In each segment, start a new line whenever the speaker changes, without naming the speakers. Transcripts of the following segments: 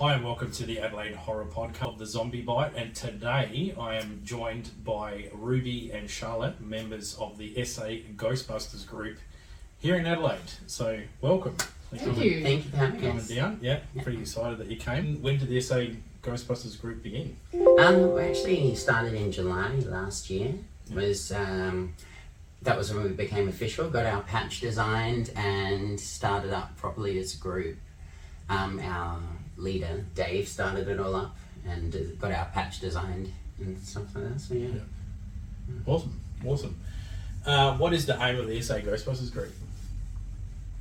welcome to the Adelaide Horror Podcast, The Zombie Bite. And today I am joined by Ruby and Charlotte, members of the SA Ghostbusters group here in Adelaide. So, welcome. Thank
Thank
for
you.
Thank you for having
Coming
us.
down, yeah. Pretty excited that you came. When did the SA Ghostbusters group begin?
Um, we actually started in July last year. Was um, that was when we became official, got our patch designed, and started up properly as a group. Um, our leader Dave started it all up and uh, got our patch designed and stuff like that. So yeah.
Yeah. Awesome, awesome. Uh, what is the aim of the SA Ghostbusters group?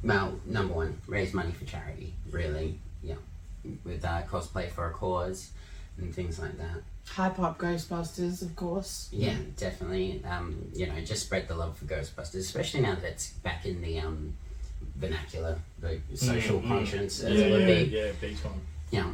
Well, number one, raise money for charity. Really, yeah. With uh, cosplay for a cause and things like that.
High Pop Ghostbusters, of course.
Yeah, definitely. Um, you know, just spread the love for Ghostbusters, especially now that it's back in the um, vernacular, the social
mm.
conscience, as
yeah,
it would
yeah,
be.
yeah, big time.
Yeah.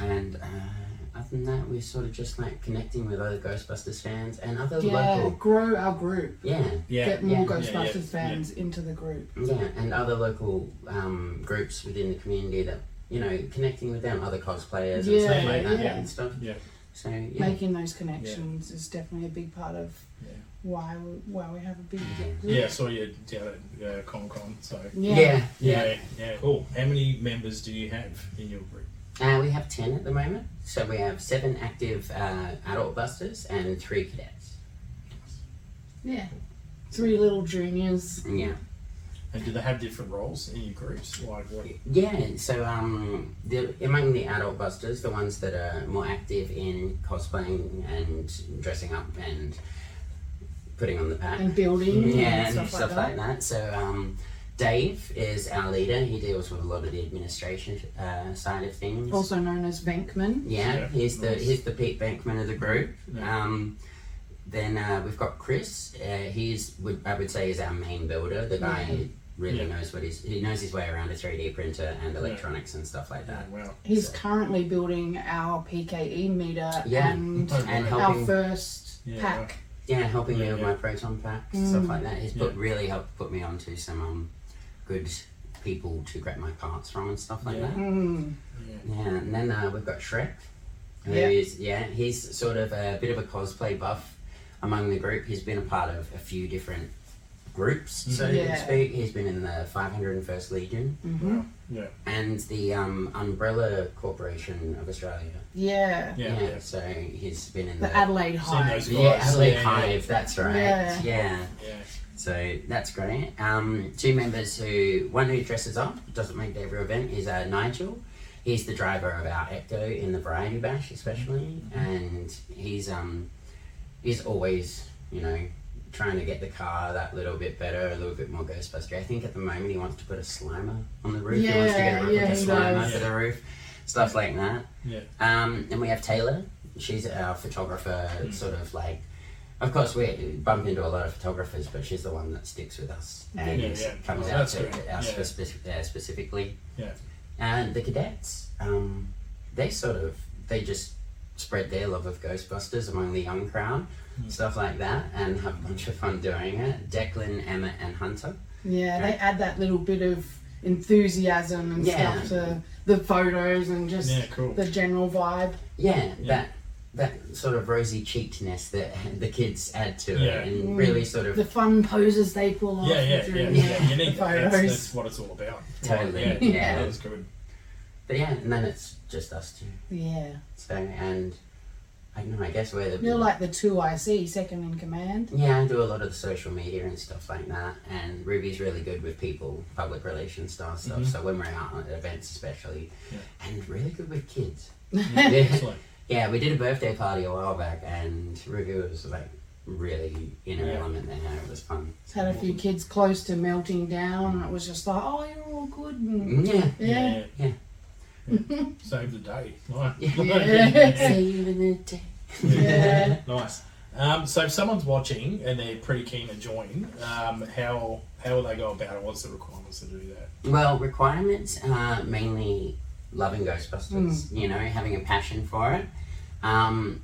And uh, other than that, we're sort of just like connecting with other Ghostbusters fans and other
yeah,
local.
grow our group.
Yeah,
Yeah,
Get more
yeah,
Ghostbusters
yeah, yeah.
fans into the group.
yeah, and other local um, groups within the community that, you know, connecting with them, other cosplayers and
Yeah,
stuff like that
yeah.
and stuff.
Yeah.
So, yeah.
Making those connections is definitely a big part of
Yeah.
why we, why we have a big
Yeah.
group.
yeah, I saw you down at uh, Comic Con, so.
Yeah.
yeah, yeah.
Yeah, yeah, cool. How many members do you have in your group?
Uh, we have 10 at the moment. So we have seven active uh, adult busters and three cadets.
Yeah. Three little juniors.
Yeah.
And do they have different roles in your groups? Like what?
Yeah, so um, the, among the adult busters, the ones that are more active in cosplaying and dressing up and putting on the pack.
And building
yeah,
and stuff, like that.
So um, Dave is our leader. He deals with a lot of the administration uh, side of things.
Also known as Venkman.
Yeah,
Yeah,
he's the
nice.
he's the Pete Bankman of the group.
Yeah.
Um, then uh, we've got Chris. Uh, he's would I would say is our main builder. The guy who really
Yeah.
knows what he's he knows his way around a three D printer and electronics and stuff like that.
Wow.
He's currently building our PKE meter
Yeah.
and
And
our
helping,
first
Yeah.
pack.
yeah, helping me
Yeah,
with
yeah.
my proton pack stuff like that. He's put
Yeah.
really helped put me onto some um, good people to grab my parts from and stuff like
Yeah.
that.
Mm.
Yeah.
Yeah, and then uh, we've got Shrek. who is
Yeah.
yeah, he's sort of a bit of a cosplay buff among the group. He's been a part of a few different groups, so
Yeah.
to speak. He's been in the 501st Legion
hmm
Yeah.
and the um, Umbrella Corporation of Australia.
Yeah.
Yeah. yeah.
so he's been in the.
The Adelaide High.
those
yeah,
guys.
Adelaide
Yeah,
Hive, that's right.
Yeah.
yeah.
yeah.
So that's great. Um, two members who, one who dresses up, doesn't make the every event, is uh, Nigel. He's the driver of our Ecto in the Variety Bash, especially,
Mm-hmm.
and he's um, he's always you know trying to get the car that little bit better, a little bit more Ghostbuster. I think at the moment he wants to put a Slimer on the roof. he wants to
Yeah,
get a replica
yeah, he
Slimer
does.
for the roof, stuff like that.
Yeah.
Um, and we have Taylor. She's our photographer,
Hmm.
sort of like. Of course, we bump into a lot of photographers, but she's the one that sticks with us and
Yeah, yeah.
comes
Oh,
out
that's
to
great.
us
Yeah.
for spec- uh, specifically.
Yeah.
And the cadets, um, they sort of they just spread their love of Ghostbusters among the young crowd,
Hmm.
stuff like that, and have a bunch of fun doing it. Declan, Emma, and Hunter.
Yeah, they
Right.
add that little bit of enthusiasm and
Yeah.
stuff to the photos and just
Yeah, cool.
the general vibe.
yeah,
Yeah.
that that sort of rosy cheekedness that the kids add to
Yeah.
it and
Mm.
really sort of
The fun poses they pull off
Yeah, yeah, yeah,
during
yeah.
the,
You
the
need that.
photos.
That's, that's what it's all about.
Totally,
Yeah,
yeah.
That was good.
but yeah and then it's just us two
yeah.
so and i don't know i guess we're the
You're like the 2IC, second in command.
yeah i do a lot of the social media and stuff like that and ruby's really good with people public relations style stuff
Mhm.
so when we're out at events especially
Yeah.
and really good with kids
It's like,
yeah we did a birthday party a while back and ruby was like really in her
Yeah.
element there it was fun
Just had a few kids close to melting down, and it was just like, oh, you're all good. And,
yeah
yeah.
Mm. yeah.
Yeah.
Yeah. Save the day. Nice.
Yeah.
see you in the day
Yeah.
Nice. Um, so if someone's watching and they're pretty keen to join, um, how how will they go about it? What's the requirements to do that?
Well, requirements are mainly loving Ghostbusters, you know, having a passion for it. Um,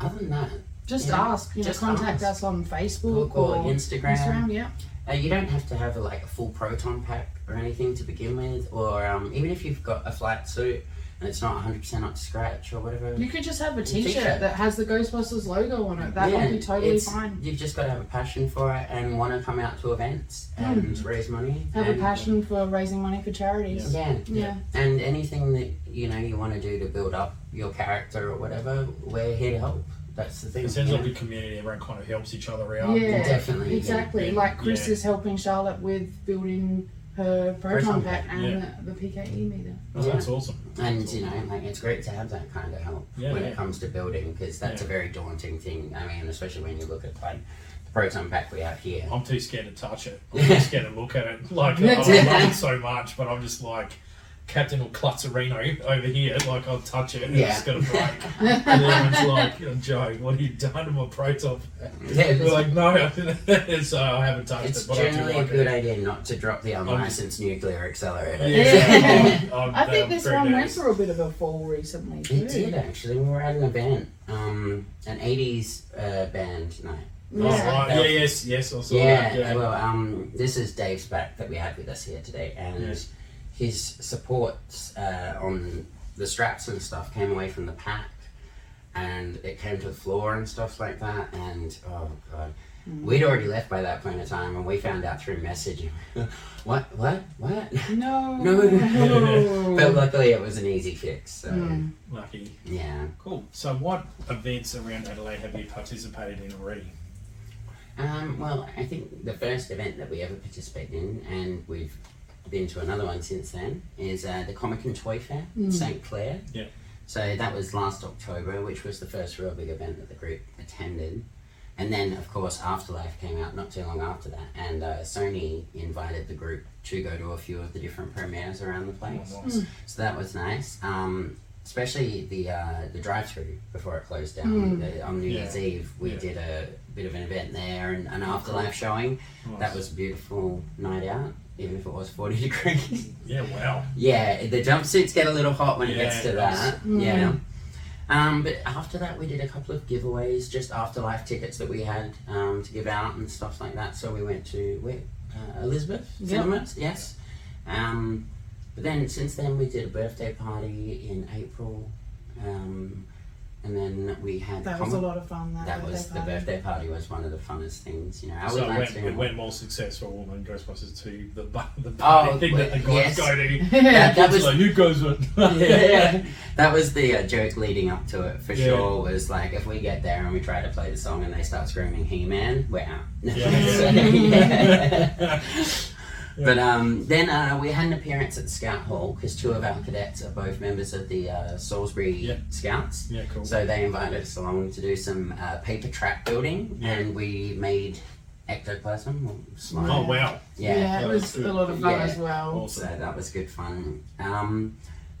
other than that,
Just
Yeah.
ask, you know,
Just
contact us
ask.
on
or,
Facebook
or
or
Instagram,
Instagram. Yeah.
Uh, you don't have to have a, like a full proton pack or anything to begin with, or um, even if you've got a flight suit and it's not 100% up to scratch or whatever.
You could just have a
T-shirt.
T-shirt, that has the Ghostbusters logo on it. That
Yeah,
would be totally
it's-
fine.
You've just got to have a passion for it and want to come out to events and raise money.
Hmm. Have a
and-
passion for raising money for charities.
Yeah.
Yeah.
And anything that you know you want to do to build up your character or whatever, we're here to help. That's the thing.
It sounds
you
like
know?
a community. Everyone kind of helps each other
Yeah,
out.
Definitely, yeah.
exactly.
Yeah.
Like Chris
Yeah.
is helping Charlotte with building her
Proton
proton pack
pack,
and
yeah.
the, the PKE meter.
Oh, that's awesome.
And you know, like it's great to have that kind of help
Yeah,
when
yeah.
it comes to building because that's
Yeah.
a very daunting thing. I mean, especially when you look at like the proton pack we have here.
I'm too scared to touch it. I'm too scared to look at it. Like I
That's
love
it.
it so much, but I'm just like Captain or Clutterino over here. Like I'll touch it and
Yeah.
it's gonna break. and everyone's like, oh, Joe, what have you done to my proton?
Yeah, it's,
We're like, no, so I haven't touched
it's
it, but I do
generally a
like
good
it.
eh?
Um,
idea not to drop the unlicensed nuclear accelerator.
Yeah.
I'm-
I think
I'm
this
very
one went
nervous.
through a bit of a fall recently too.
It did actually. We were at an event, um, an '80s uh, band night.
Oh,
Yeah.
right. Yeah, yes, yes, I saw
yeah,
that. Yeah.
well, um, this is Dave's back that we had with us here today, and
Yeah.
his supports uh, on the straps and stuff came away from the pack, and it came to the floor and stuff like that, and oh god. We'd already left by that point in time, and we found out through message. what? What? What?
No.
No.
Yeah.
but luckily, it was an easy fix. So
Oh. Mm.
Lucky.
yeah.
Cool. So, what events around Adelaide have you participated in already?
Um, well, I think the first event that we ever participated in, and we've been to another one since then, is uh, the Comic and Toy Fair in
Mm.
St Clair.
Yeah.
So that was last October, which was the first real big event that the group attended. And then, of course, Afterlife came out not too long after that, and uh, Sony invited the group to go to a few of the different premieres around the place.
Oh, nice.
Hmm.
So that was nice. Um, especially the uh, the drive through before it closed down
Mm.
The- on New
Yeah.
Year's Eve. We
Yeah.
did a bit of an event there and an afterlife showing.
Nice.
That was a beautiful night out, even if it was forty degrees.
Yeah, wow.
yeah, the jumpsuits get a little hot when it
Yeah,
gets to
it
that.
does. Mm.
Yeah. Um, but after that, we did a couple of giveaways, just afterlife tickets that we had um, to give out and stuff like that. So we went to where, uh, Elizabeth
Yep.
Cinemas, yes. Um, but then since then, we did a birthday party in April, um, and then we had
That was
comic-
a lot of fun. That,
that was
birthday
the
party.
birthday party was one of the funnest things, you know. I would
so it
like
went,
to.
it went more successful than Ghostbusters 2, the, bu- the
Oh,
party thing that the guys
yes.
go to.
That- that was
like, you guys went.
yeah, that was the uh, joke leading up to it for
Yeah.
sure. Was like if we get there and we try to play the song and they start screaming He Man, we're out.
Yeah.
So,
Yeah.
But um, then uh, we had an appearance at the Scout Hall because two of our cadets are both members of the uh, Salisbury
Yeah.
Scouts.
Yeah, cool.
So they invited us along to do some uh, paper trap building,
Yeah.
and we made ectoplasm, or slime.
oh, wow.
Yeah,
yeah,
that
it
was
was
good.
a lot of fun
Yeah.
as well.
So
Awesome.
that was good fun. Um,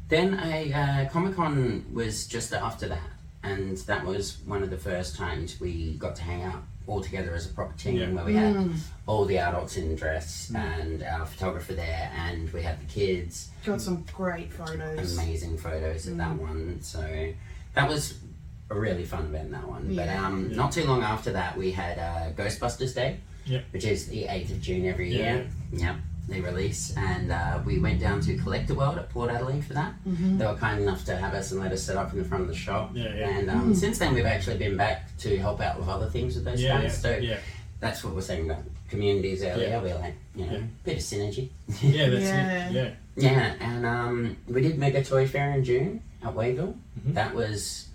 then a uh, Comic Con was just after that, and that was one of the first times we got to hang out all together as a proper team,
Yeah.
where we had
Mm.
all the adults in dress
Mm.
and our photographer there, and we had the kids.
Got some great photos.
Amazing photos at that one. So that was a really fun event. That one. But
Yeah.
um,
Yeah.
not too long after that, we had uh, Ghostbusters Day,
Yeah.
which is the eighth of June every
Yeah.
year. Yeah. They release, and uh, we went down to Collector World at Port Adelaide for that.
Mhm.
They were kind enough to have us and let us set up in the front of the shop.
Yeah, yeah.
And um, since then, we've actually been back to help out with other things with those
Yeah, yeah,
guys. So
yeah.
that's what we're saying about communities earlier.
Yeah.
We're like, you know,
Yeah.
bit of synergy.
Yeah, that's
Yeah.
it. Yeah.
Yeah, and um, we did Mega Toy Fair in June at Wavell.
Mhm.
That was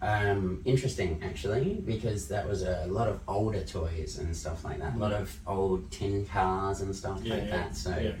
um, interesting, actually, because that was a lot of older toys and stuff like that. A lot of old tin cars and stuff
Mm-hmm. Yeah,
like
yeah,
that. So
yeah.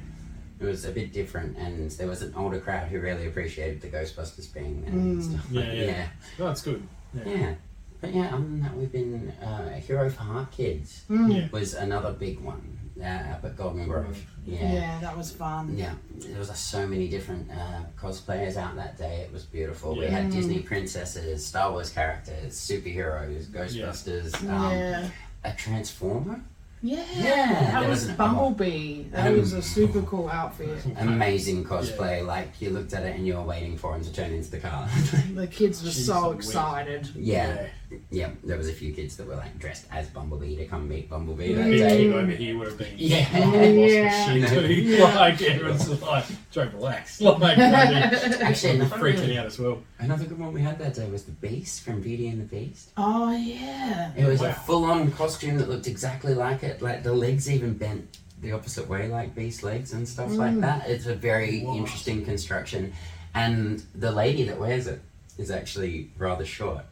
it was a bit different, and there was an older crowd who really appreciated the Ghostbusters being there and
Mm.
stuff.
Yeah,
like-
yeah. No, that's good.
yeah, yeah. But yeah, other than that, we've been uh, Hero for Heart Kids
Mm.
Yeah.
was another big one uh, up at Golden Grove.
Yeah. that was fun.
Yeah, there was uh, so many different uh, cosplayers out that day. It was beautiful. We
Yeah.
had
Mm.
Disney princesses, Star Wars characters, superheroes, Ghostbusters, um,
Yeah.
a Transformer.
Yeah.
Yeah,
that
there
was
was an-
Bumblebee. That
Um,
was a super cool outfit.
Amazing cosplay. Like you looked at it and you were waiting for him to turn into the car.
The kids were
Jeez,
so
the wig.
excited.
yeah. yeah, there was a few kids that were like dressed as Bumblebee to come meet Bumblebee that
Big
day.
team over here would have been.
Yeah.
Lost
Yeah.
yeah. shit too.
Mm. Yeah.
Like everyone's like, Joe, relax. Like, they're
Actually, another
freaking
good-
out as well.
another good one we had that day was the Beast from Beauty and the Beast.
Oh yeah.
It was
Wow.
a full-on costume that looked exactly like it. Like the legs even bent the opposite way, like beast legs and stuff like that. It's a very
Wow.
interesting construction, and the lady that wears it is actually rather short.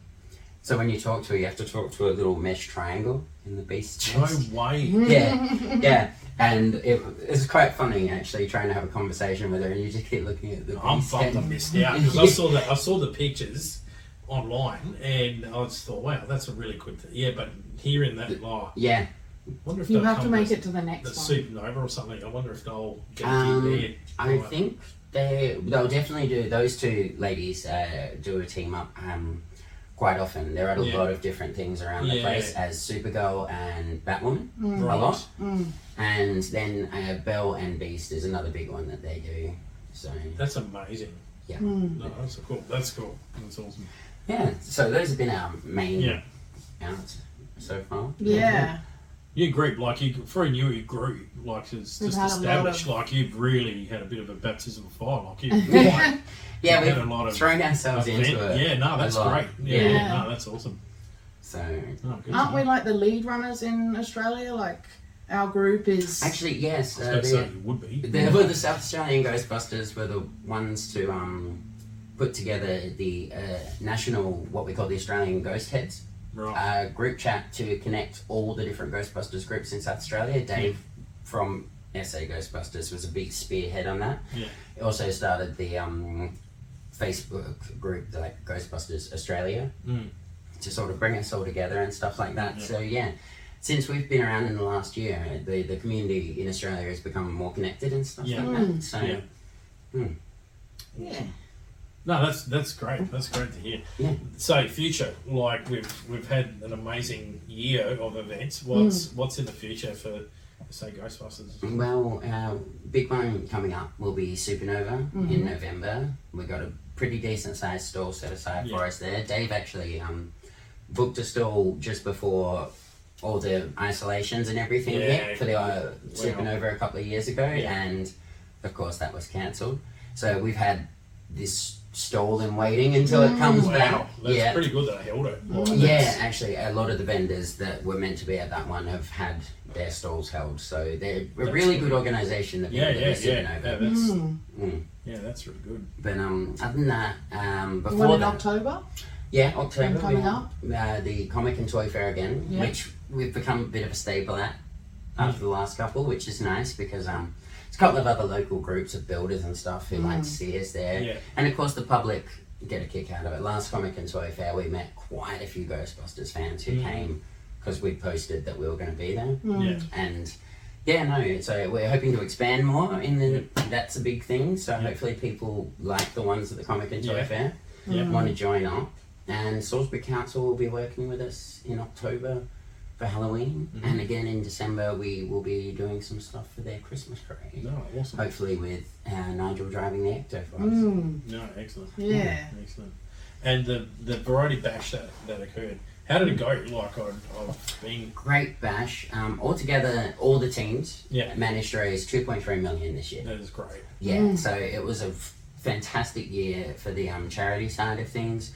So when you talk to her, you have to talk to a little mesh triangle in the beast
No
chest.
way.
yeah, yeah. And it, it's quite funny actually trying to have a conversation with her, and you just keep looking at the.
I'm
beast
fucking
head.
missed out because I saw the I saw the pictures online and I just thought, wow, that's a really good thing. Yeah, but hearing that, oh,
Yeah,
wonder if
You
they'll
have to
come
make
with
it to the
the
next one.
supernova or something. I wonder if they'll get
Um,
in there.
I
Right.
think they they'll definitely do those two ladies uh, do a team up um, quite often. They're at a
Yeah.
lot of different things around the
Yeah.
place as Supergirl and Batwoman a
Right.
lot,
Mm.
and then uh, Belle and Beast is another big one that they do. So
That's amazing.
Yeah.
Mm.
No, that's cool. That's cool. That's awesome.
yeah, so those have been our main
Yeah.
outs so far.
Yeah.
Your group, like you, for a new group, like it's
We've
just
had a lot
established,
of-
like you've really had a bit of a baptism of fire. Like you've
Yeah. Yeah,
We've had a lot
we've
of
thrown ourselves into
event-
it.
yeah, no, that's
a lot.
great. Yeah,
Yeah.
yeah, no, that's awesome.
So
No, good
Aren't we
on
like the lead runners in Australia? Like our group is.
actually, yes,
you. I
uh,
was going to
they're-
say you would be.
They were the South Australian Ghostbusters were the ones to um, put together the uh, national, what we call the Australian Ghost Heads
Right.
uh, group chat to connect all the different Ghostbusters groups in South Australia. Dave from SA Ghostbusters was a big spearhead on that.
Yeah.
He also started the um, Facebook group, like Ghostbusters Australia,
Mm.
to sort of bring us all together and stuff like that.
Yeah.
So yeah, since we've been around in the last year, the the community in Australia has become more connected and stuff
Yeah.
like that. So
Yeah.
Yeah.
No, that's that's great. That's great to hear.
Yeah.
So future, like we've we've had an amazing year of events. What's what's in the future for say Ghostbusters?
Well, our big one coming up will be Supernova in
Mm-hmm.
November. We got a pretty decent sized stall set aside
Yeah.
for us there. Dave actually um, booked a stall just before all the isolations and everything
Yeah.
hit for the uh, Supernova a couple of years ago,
Yeah.
and of course that was cancelled. So we've had this stall in waiting until it comes
Wow,
back.
that's
yeah.
pretty good that I held it. Like,
Yeah,
that's-
actually, a lot of the vendors that were meant to be at that one have had their stalls held, so they're a
That's
really
good.
good organisation. The
Yeah,
people
yeah,
that
yeah.
are
Yeah,
Supernova.
that's
Mm.
Mm.
yeah, that's really good.
But um, other than that, um,
The One
before
in
that,
October.
yeah, October
One coming
we-
up.
uh, the Comic and Toy Fair again,
Yeah.
which we've become a bit of a staple at
Hmm.
after the last couple, which is nice because um, there's a couple of other local groups of builders and stuff who
Hmm.
like to see us there,
Yeah.
and of course the public get a kick out of it. Last Comic and Toy Fair, we met quite a few Ghostbusters
Mm.
fans who came 'cause came because we posted that we were going to be there,
Mm.
Yeah.
and yeah, no. So we're hoping to expand more, and then that's a big thing. So hopefully people like the ones at the Comic and Toy
Yeah.
Fair
Yeah.
want to join up. And Salisbury Council will be working with us in October for Halloween,
Mm-hmm.
and again in December we will be doing some stuff for their Christmas parade.
No, awesome.
Hopefully with uh, Nigel driving the ecto for us.
Mm.
No, excellent.
Yeah.
Excellent. And the the variety bash that, that occurred, how did it go? Like I, I've been
Great bash. Um, altogether, all the teams
Yeah.
managed to raise 2.3 million this year.
that is great.
Yeah, so it was a f- fantastic year for the um, charity side of things.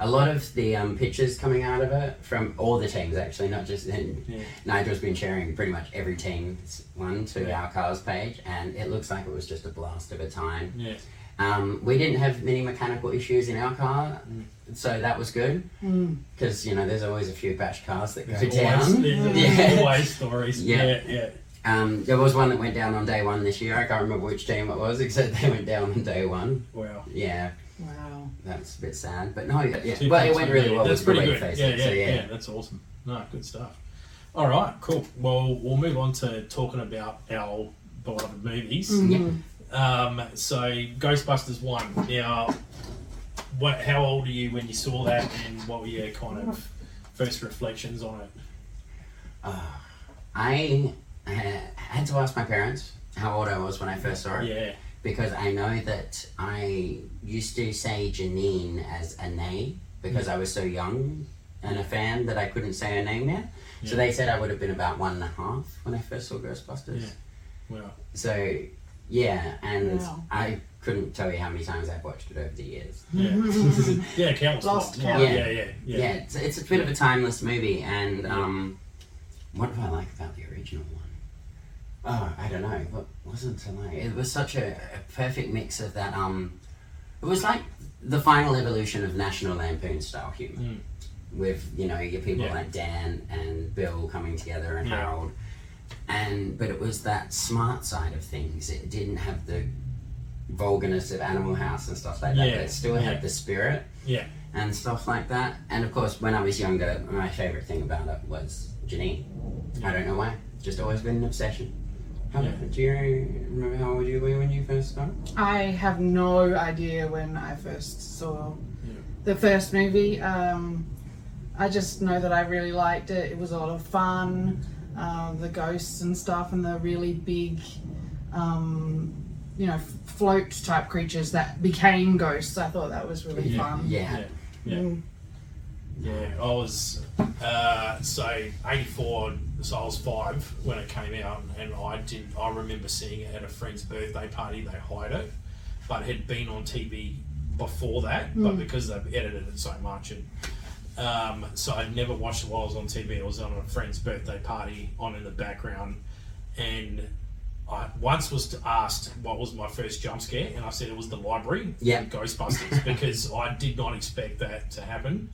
A lot of the um, pictures coming out of it from all the teams, actually, not just in.
Yeah.
Nigel's been sharing pretty much every team's one to our cars page, and it looks like it was just a blast of a time.
Yeah.
Um, we didn't have many mechanical issues in our car,
Mm.
so that was good
Mm.
because you know there's always a few bash cars that go
There's
down.
Always, there's
Yeah.
always stories.
Yeah.
Yeah. Yeah.
Um, there was one that went down on day one this year. I can't remember which team it was, except they went down on day one.
Wow.
Yeah,
Wow.
That's a bit sad, but no, yeah.
Two
Well, it
points
went
on
really
there.
well.
That's
with
pretty
the
good.
way
yeah,
you faced it,
yeah,
so
yeah, That's awesome. No, good stuff. All right, cool. Well, we'll move on to talking about our beloved movies.
Mm.
Mm,
Um, so Ghostbusters one. Now, what? How old were you when you saw that, and what were your kind of first reflections on it?
I uh, had to ask my parents how old I was when I first saw it
Yeah.
because I know that
Mm.
I used to say Janine as a nay because I was so young and a fan that I couldn't say her name now. So
Yeah.
they said I would have been about one and a half when I first saw Ghostbusters.
Yeah. Well,
So yeah, and
Wow.
I couldn't tell you how many times I've watched it over the years.
yeah. yeah, countless
Lost
lot.
count.
Yeah, yeah, yeah.
Yeah, it's, it's a bit of a timeless movie, and um, what do I like about the original one? Oh, I don't know. What wasn't to like? It was such a, a perfect mix of that. Um, it was like the final evolution of National Lampoon style humor,
Mm.
with you know your people
Yeah.
like Dan and Bill coming together and
Yeah.
Harold, and but it was that smart side of things. It didn't have the vulgarness of Animal House and stuff like that,
Yeah.
but it still
Yeah.
had the spirit
Yeah.
and stuff like that. And of course, when I was younger, my favourite thing about it was Janine. I don't know why. Just always been an obsession. How,
Yeah.
Do you remember how old you were when you first started?
I have no idea when I first saw
Yeah.
the first movie. Um, I just know that I really liked it. It was a lot of fun, um, the ghosts and stuff, and the really big, um, you know, f- float type creatures that became ghosts. I thought that was really
Yeah,
fun.
Yeah.
yeah.
Mm.
Yeah, I was uh, so '84, so I was five when it came out, and I did. I remember seeing it at a friend's birthday party. They hide it, but it had been on TV before that. But because they've edited it so much, and um, so I'd never watched it while I was on TV. It was on a friend's birthday party, on in the background, and. I once was asked what was my first jump scare, and I said it was the library,
Yeah.
Ghostbusters, because I did not expect that to happen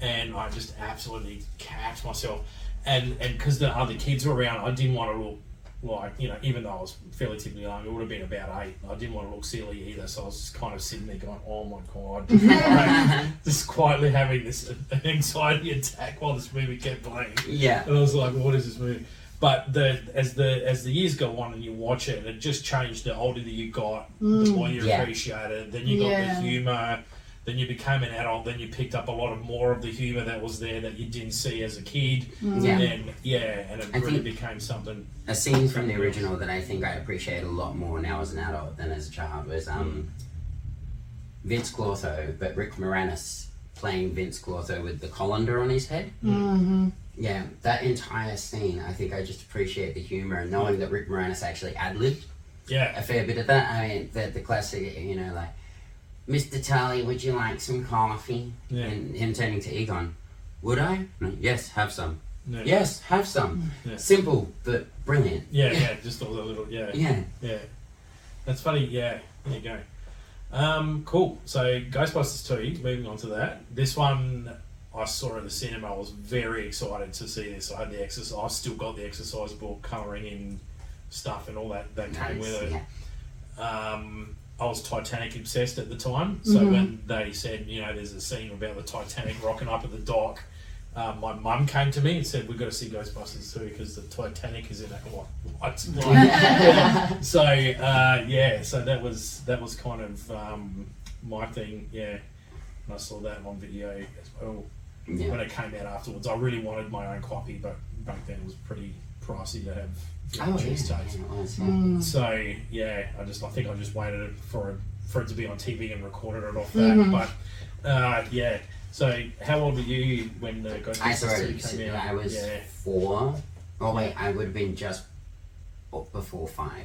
and I just absolutely catch myself. And and because the other kids were around, I didn't want to look like you know, even though I was relatively young, it would have been about eight. I didn't want to look silly either, so I was just kind of sitting there going, "Oh my god," Like, just quietly having this anxiety attack while this movie kept playing
Yeah.
and I was like, "What is this movie?" But the as the as the years go on and you watch it, it just changed. The older that you got, the more you
Yeah.
appreciated. Then you got
Yeah.
the humor. Then you became an adult. Then you picked up a lot of more of the humor that was there that you didn't see as a kid.
Yeah.
And then yeah, and it
I
really
think-
became something.
A scene from the original that I think I appreciate a lot more now as an adult than as a child was um, Vince Clortho, but Rick Moranis playing Vince Clortho with the colander on his head.
hmm
Yeah, that entire scene, I think I just appreciate the humor and knowing that Rick Moranis actually ad libbed
Yeah,
a fair bit of that. I mean, the, the classic, you know, like, Mr. Tully, would you like some coffee?
Yeah.
And him turning to Egon, would I? No, yes, have some.
yeah, yeah,
Yes, have some.
Yeah.
Simple, but brilliant.
yeah. Just all the little yeah.
Yeah.
Yeah, that's funny. Yeah, there you go. Um, cool. So Ghostbusters two. Moving on to that. This one I saw in the cinema. I was very excited to see this. I had the exercise. I still got the exercise book, colouring in stuff, and all that that came
Nice,
with it.
yeah.
Um, I was Titanic obsessed at the time. So when they said, you know, there's a scene about the Titanic rocking up at the dock. Uh, my mum came to me and said, "We've got to see Ghostbusters 2 because the Titanic is in that white, white so uh, yeah, so that was that was kind of um, my thing. Yeah, and I saw that on video as well
Yeah.
when it came out afterwards. I really wanted my own copy, but back then it was pretty pricey to have. you know,
Oh, yeah.
cheese
yeah,
tapes.
it was, yeah.
So yeah, I just I think I just waited for it, for it to be on TV and recorded it off that.
Mm-hmm.
But uh, yeah, so how old were you when the Ghostbusters
I saw
2
it.
came out?
I was
yeah,
four. Oh wait, I would have been just up before five,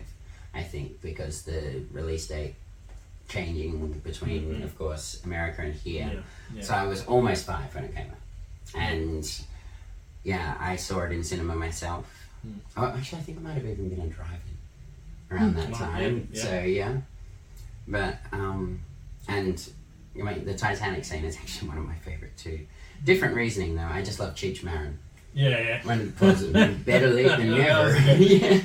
I think, because the release date changing between, of course, America and here.
Mm-hmm. yeah, yeah.
So I was almost five when it came out, and yeah, I saw it in cinema myself.
Hmm.
Oh, actually, I think I might have even been on driving around that
Might have
time.
been, Hmm. yeah.
So yeah, but um, and I mean, the Titanic scene is actually one of my favorite too. Different reasoning though. I just love Cheech Marin
yeah, yeah.
when he pulls it better late than
That
never.
was
yeah,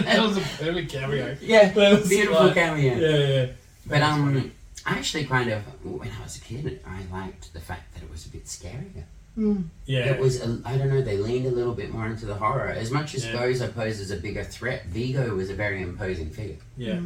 that was a perfect cameo. That
yeah,
was
beautiful
like-
cameo.
Yeah, yeah.
But
That's
um,
funny.
I actually kind of when I was a kid, I liked the fact that it was a bit scarier.
Mm.
yeah,
It was, a, I don't know, they leaned a little bit more into the horror. As much as
Yeah.
Gozer poses a bigger threat, Vigo was a very imposing figure.
yeah,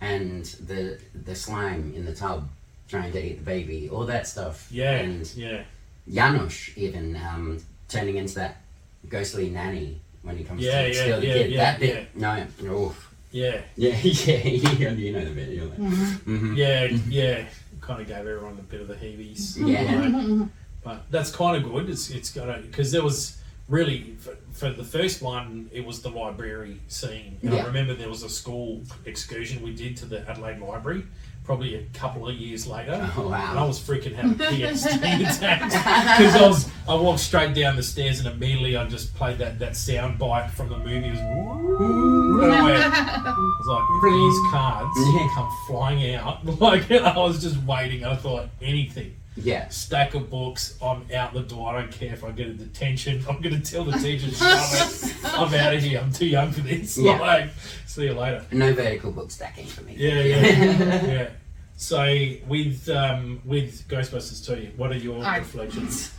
And the the slime in the tub trying to eat the baby, all that stuff.
yeah,
And
yeah,
Janusz even um, turning into that ghostly nanny when he comes
Yeah,
to
yeah,
steal the
yeah,
kid.
yeah,
that bit, no, oof.
yeah,
Yeah, yeah, you know- you know the bit. You're like, mm-hmm.
yeah, yeah. Kind of gave everyone a bit of the heavies.
Yeah.
Like, But that's kind of good. It's it's got because there was really for, for the first one it was the library scene. And
Yeah.
I remember there was a school excursion we did to the Adelaide Library, probably a couple of years later.
Oh, wow.
And I was freaking having PST attacks because I was I walked straight down the stairs and immediately I just played that that sound bite from the movie. It was, and I went, I was like, these cards
Yeah.
come flying out. Like, I was just waiting. I thought, anything.
Yeah.
Stack of books. I'm out the door. I don't care if I get a detention. I'm going to tell the teacher, "Shove it. I'm out of here. I'm too young for this.
Yeah.
Like, see you later.
No vertical book stacking for me.
Yeah, yeah. yeah. So, with um, with Ghostbusters 2, what are your
I-
reflections?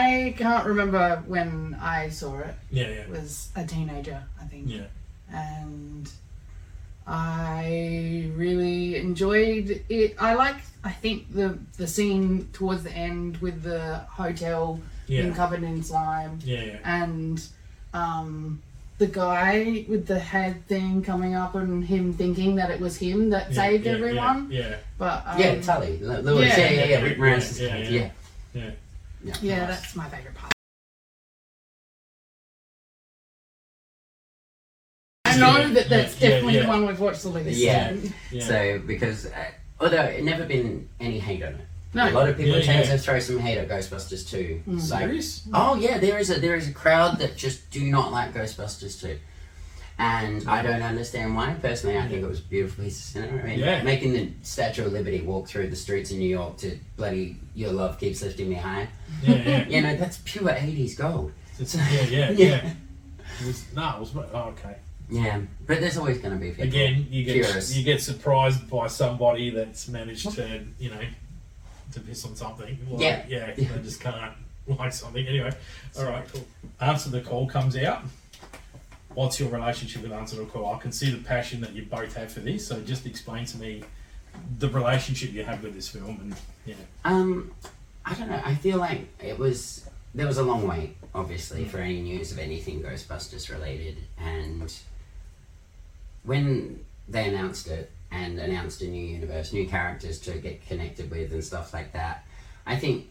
I can't remember when I saw it.
Yeah, yeah.
It was a teenager, I think.
Yeah.
and I really enjoyed it. I like, I think the the scene towards the end with the hotel being
Yeah.
covered in slime
Yeah, yeah.
and um, the guy with the head thing coming up and him thinking that it was him that
Yeah,
saved
yeah, yeah,
everyone.
Yeah,
But um,
Yeah, Tully. L- Lewis.
Yeah.
Yeah, yeah, yeah. Rick Moranis'
Yeah,
character.
yeah.
Yeah.
Yeah.
yeah,
nice.
that's my favorite part. I know that that's
Yeah, yeah,
definitely
yeah.
the one we've watched the least.
Yeah.
yeah.
So because uh, although it never been any hate on it,
No.
a lot of people
Yeah,
tend
yeah. Hmm.
to throw some hate at Ghostbusters too. So
Serious?
oh yeah, there is a there is a crowd that just do not like Ghostbusters too. And I don't understand why. Personally, I think it was a beautiful piece of cinema. I mean,
Yeah.
making the Statue of Liberty walk through the streets of New York to bloody "Your Love Keeps Lifting Me High,"
Yeah, yeah.
you know, that's pure '80s gold.
It's, yeah, yeah, yeah. It was, no, it was oh, okay.
Yeah, but there's always going to be people.
Again, you get
Curious.
you get surprised by somebody that's managed to you know to piss on something. Like,
Yeah.
yeah,
Yeah.
They just can't like something. Anyway, all right, cool. Answer the call comes out. What's your relationship with Answer the Call? I can see the passion that you both have for this. So just explain to me the relationship you have with this film and yeah,
Um, I don't know. I feel like it was there was a long wait, obviously, for any news of anything Ghostbusters related, and when they announced it and announced a new universe, new characters to get connected with, and stuff like that, I think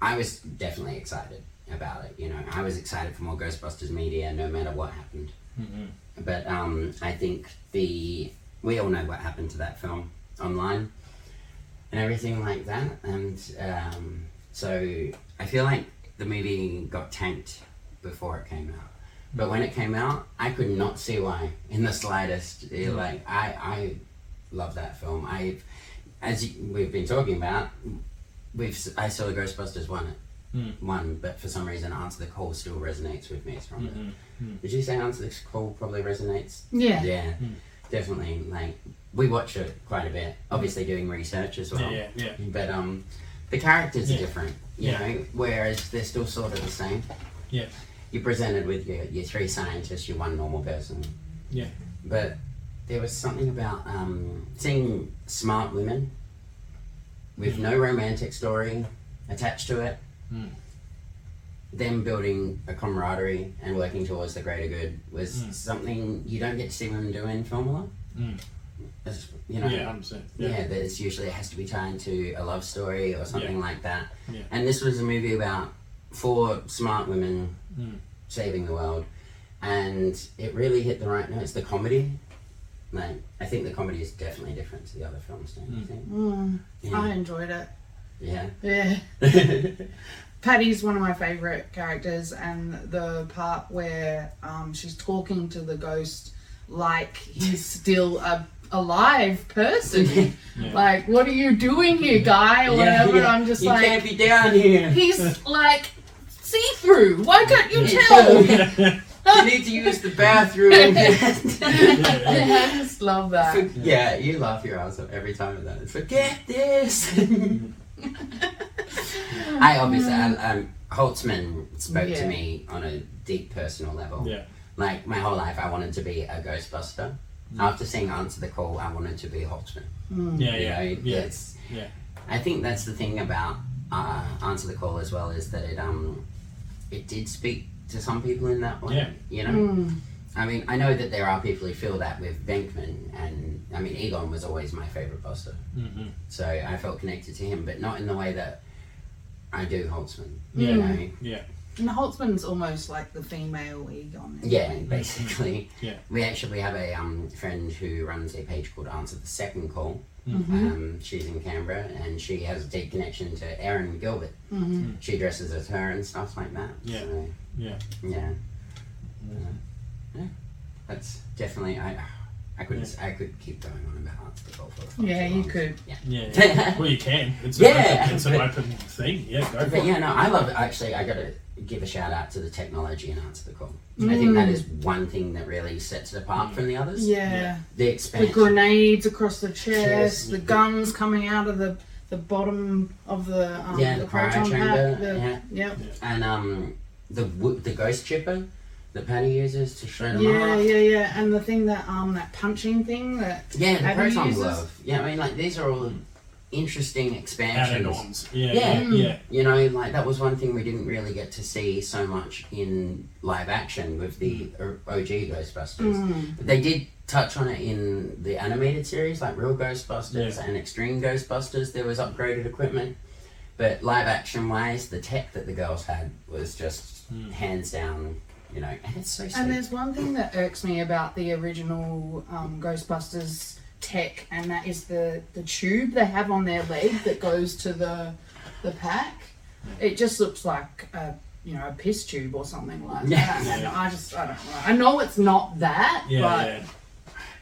I was definitely excited about it. You know, I was excited for more Ghostbusters media, no matter what happened.
Mhm.
But um, I think the we all know what happened to that film online and everything like that, and um, so I feel like the movie got tanked before it came out. But when it came out, I could not see why in the slightest. It, Like I, I love that film. I, as you, we've been talking about, we've s- I saw the Ghostbusters one,
Mm.
one, but for some reason, Answer the Call still resonates with me strongly.
Mhm.
Did you say Answer the Call probably resonates?
Yeah.
Yeah,
Hmm.
definitely. Like we watch it quite a bit, obviously doing research as well.
yeah, yeah, yeah.
But um, the characters
Yeah.
are different, you
Yeah.
know. Whereas they're still sort of the same.
Yeah.
You're presented with your, your three scientists, your one normal person.
Yeah.
But there was something about um, seeing smart women with no romantic story attached to it.
Mm.
Them building a camaraderie and working towards the greater good was
Mm.
something you don't get to see women do in film a lot.
Mm.
It's- You know,
Yeah, 100%.
yeah,
Yeah.
but it's usually it has to be tied to a love story or something like that.
Yeah.
And this was a movie about four smart women
Mm.
saving the world, and it really hit the right notes. The comedy, like I think the comedy is definitely different to the other films. Don't you
Mm.
think?
Mm, I
Yeah.
enjoyed it.
yeah.
Yeah. Patty's one of my favourite characters, and the part where um, she's talking to the ghost like he's still a alive person.
Yeah.
like, what are you doing here, guy? Or
Yeah,
whatever.
yeah.
I'm just
you
like,
can't be down here.
he's like see through. Why can't you
Yeah.
tell?
yeah,
you need to use the bathroom.
yeah.
I just love that.
yeah, you laugh your ass off every time at that. It's like, get this. I obviously, um, um, Holtzman spoke
Yeah.
to me on a deep personal level.
Yeah.
Like my whole life, I wanted to be a Ghostbuster. After seeing Answer the Call, I wanted to be Holtzman.
Mm.
Mm. Yeah, yeah,
you know,
yeah,
It's,
yeah.
I think that's the thing about uh, Answer the Call as well is that it um, it did speak to some people in that way.
Yeah.
You know.
Mm.
I mean, I know that there are people who feel that with Venkman, and I mean, Egon was always my favorite buster,
Mhm.
so I felt connected to him, but not in the way that I do Holtzman.
Yeah.
You know?
Yeah.
And Holtzman's almost like the female Egon. isn't
Yeah,
he?
basically.
Yeah.
We actually have a um, friend who runs a page called Answer the Second Call.
Mhm.
Um, she's in Canberra and she has a deep connection to Erin Gilbert.
Mhm.
She dresses as her and stuff like that.
Yeah.
So,
Yeah.
yeah. Uh, yeah. That's definitely. I, I could I could keep going on about Answer the Call for the
Yeah, you could.
Yeah. yeah. well, you can. It's, an
Yeah.
open, it's an open thing. Yeah, go for
But
it.
yeah, no, I love actually. I got to give a shout out to the technology and answer the call. I think that
Mm.
is one thing that really sets it apart from the others.
Yeah.
The
The
expansion.
grenades across the chest,
Chest.
the guns coming out of the the bottom of the um,
Yeah, the cryo
proton
chamber,
pack. The,
yeah.
Yep.
and um, the wo- the ghost chipper that Patty uses to shred them
Yeah,
up.
yeah, yeah. And the thing that um that punching thing that
Yeah, the
Patty
proton
uses-
glove. Yeah, I mean, like these are all interesting expansions.
Add-ons. Yeah.
Yeah.
Yeah. Yeah.
You know, like that was one thing we didn't really get to see so much in live action with the
Mm.
o- OG Ghostbusters.
Mm.
They did touch on it in the animated series, like Real Ghostbusters
Yeah.
and Extreme Ghostbusters. There was upgraded equipment, but live action wise, the tech that the girls had was just
Mm.
hands down. You know, and it's so
And
sweet.
there's one thing that irks me about the original um, Ghostbusters tech, and that is the, the tube they have on their leg that goes to the the pack. It just looks like a you know a piss tube or something like
Yeah.
that. And I just I don't know. I know it's not that,
Yeah.
but
yeah.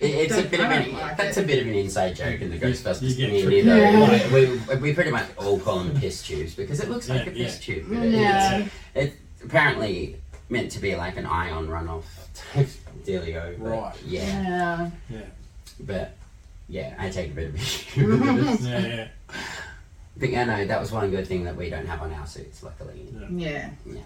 It, it's a
Don't-
bit of
I don't
an
like
that's
it.
a bit of an inside joke in the
You- you
Ghostbusters
get
community,
tricked.
though.
Yeah.
We, we, we pretty much all call them piss tubes because it looks like a
Yeah,
piss tube. But
Mm, Yeah.
it's, it's apparently meant to be like an ion runoff type dealio. but
Right.
Yeah.
yeah.
Yeah.
But yeah, I take a bit of issue with it.
Yeah. Yeah.
But yeah, no, that was one good thing that we don't have on our suits, luckily.
yeah,
Yeah.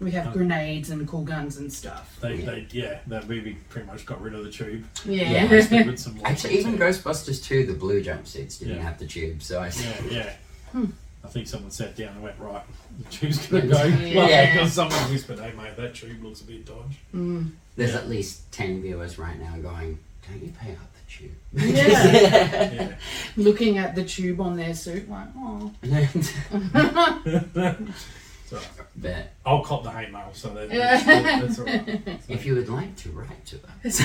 We have
Oh.
grenades and cool guns and stuff.
They,
Yeah.
they, yeah, that movie pretty much got rid of the tube.
Yeah.
Yeah.
They did some
Actually, even
yeah,
Ghostbusters 2, the blue jumpsuits didn't
Yeah.
have the tube, so I.
yeah. I think someone sat down and went right. The tube's gonna go.
Yeah.
Well,
Hmm. Yeah.
because someone whispered, "Hey mate, that tube looks a bit dodgy."
Mm.
There's
Yeah.
at least 10 viewers right now going, don't you pay up the tube?
Yeah.
Yeah.
Looking at the tube on their suit, like oh.
so
but
I'll cop the hate mail. So that,
Yeah.
that's, that's all right.
if you would like to write to us,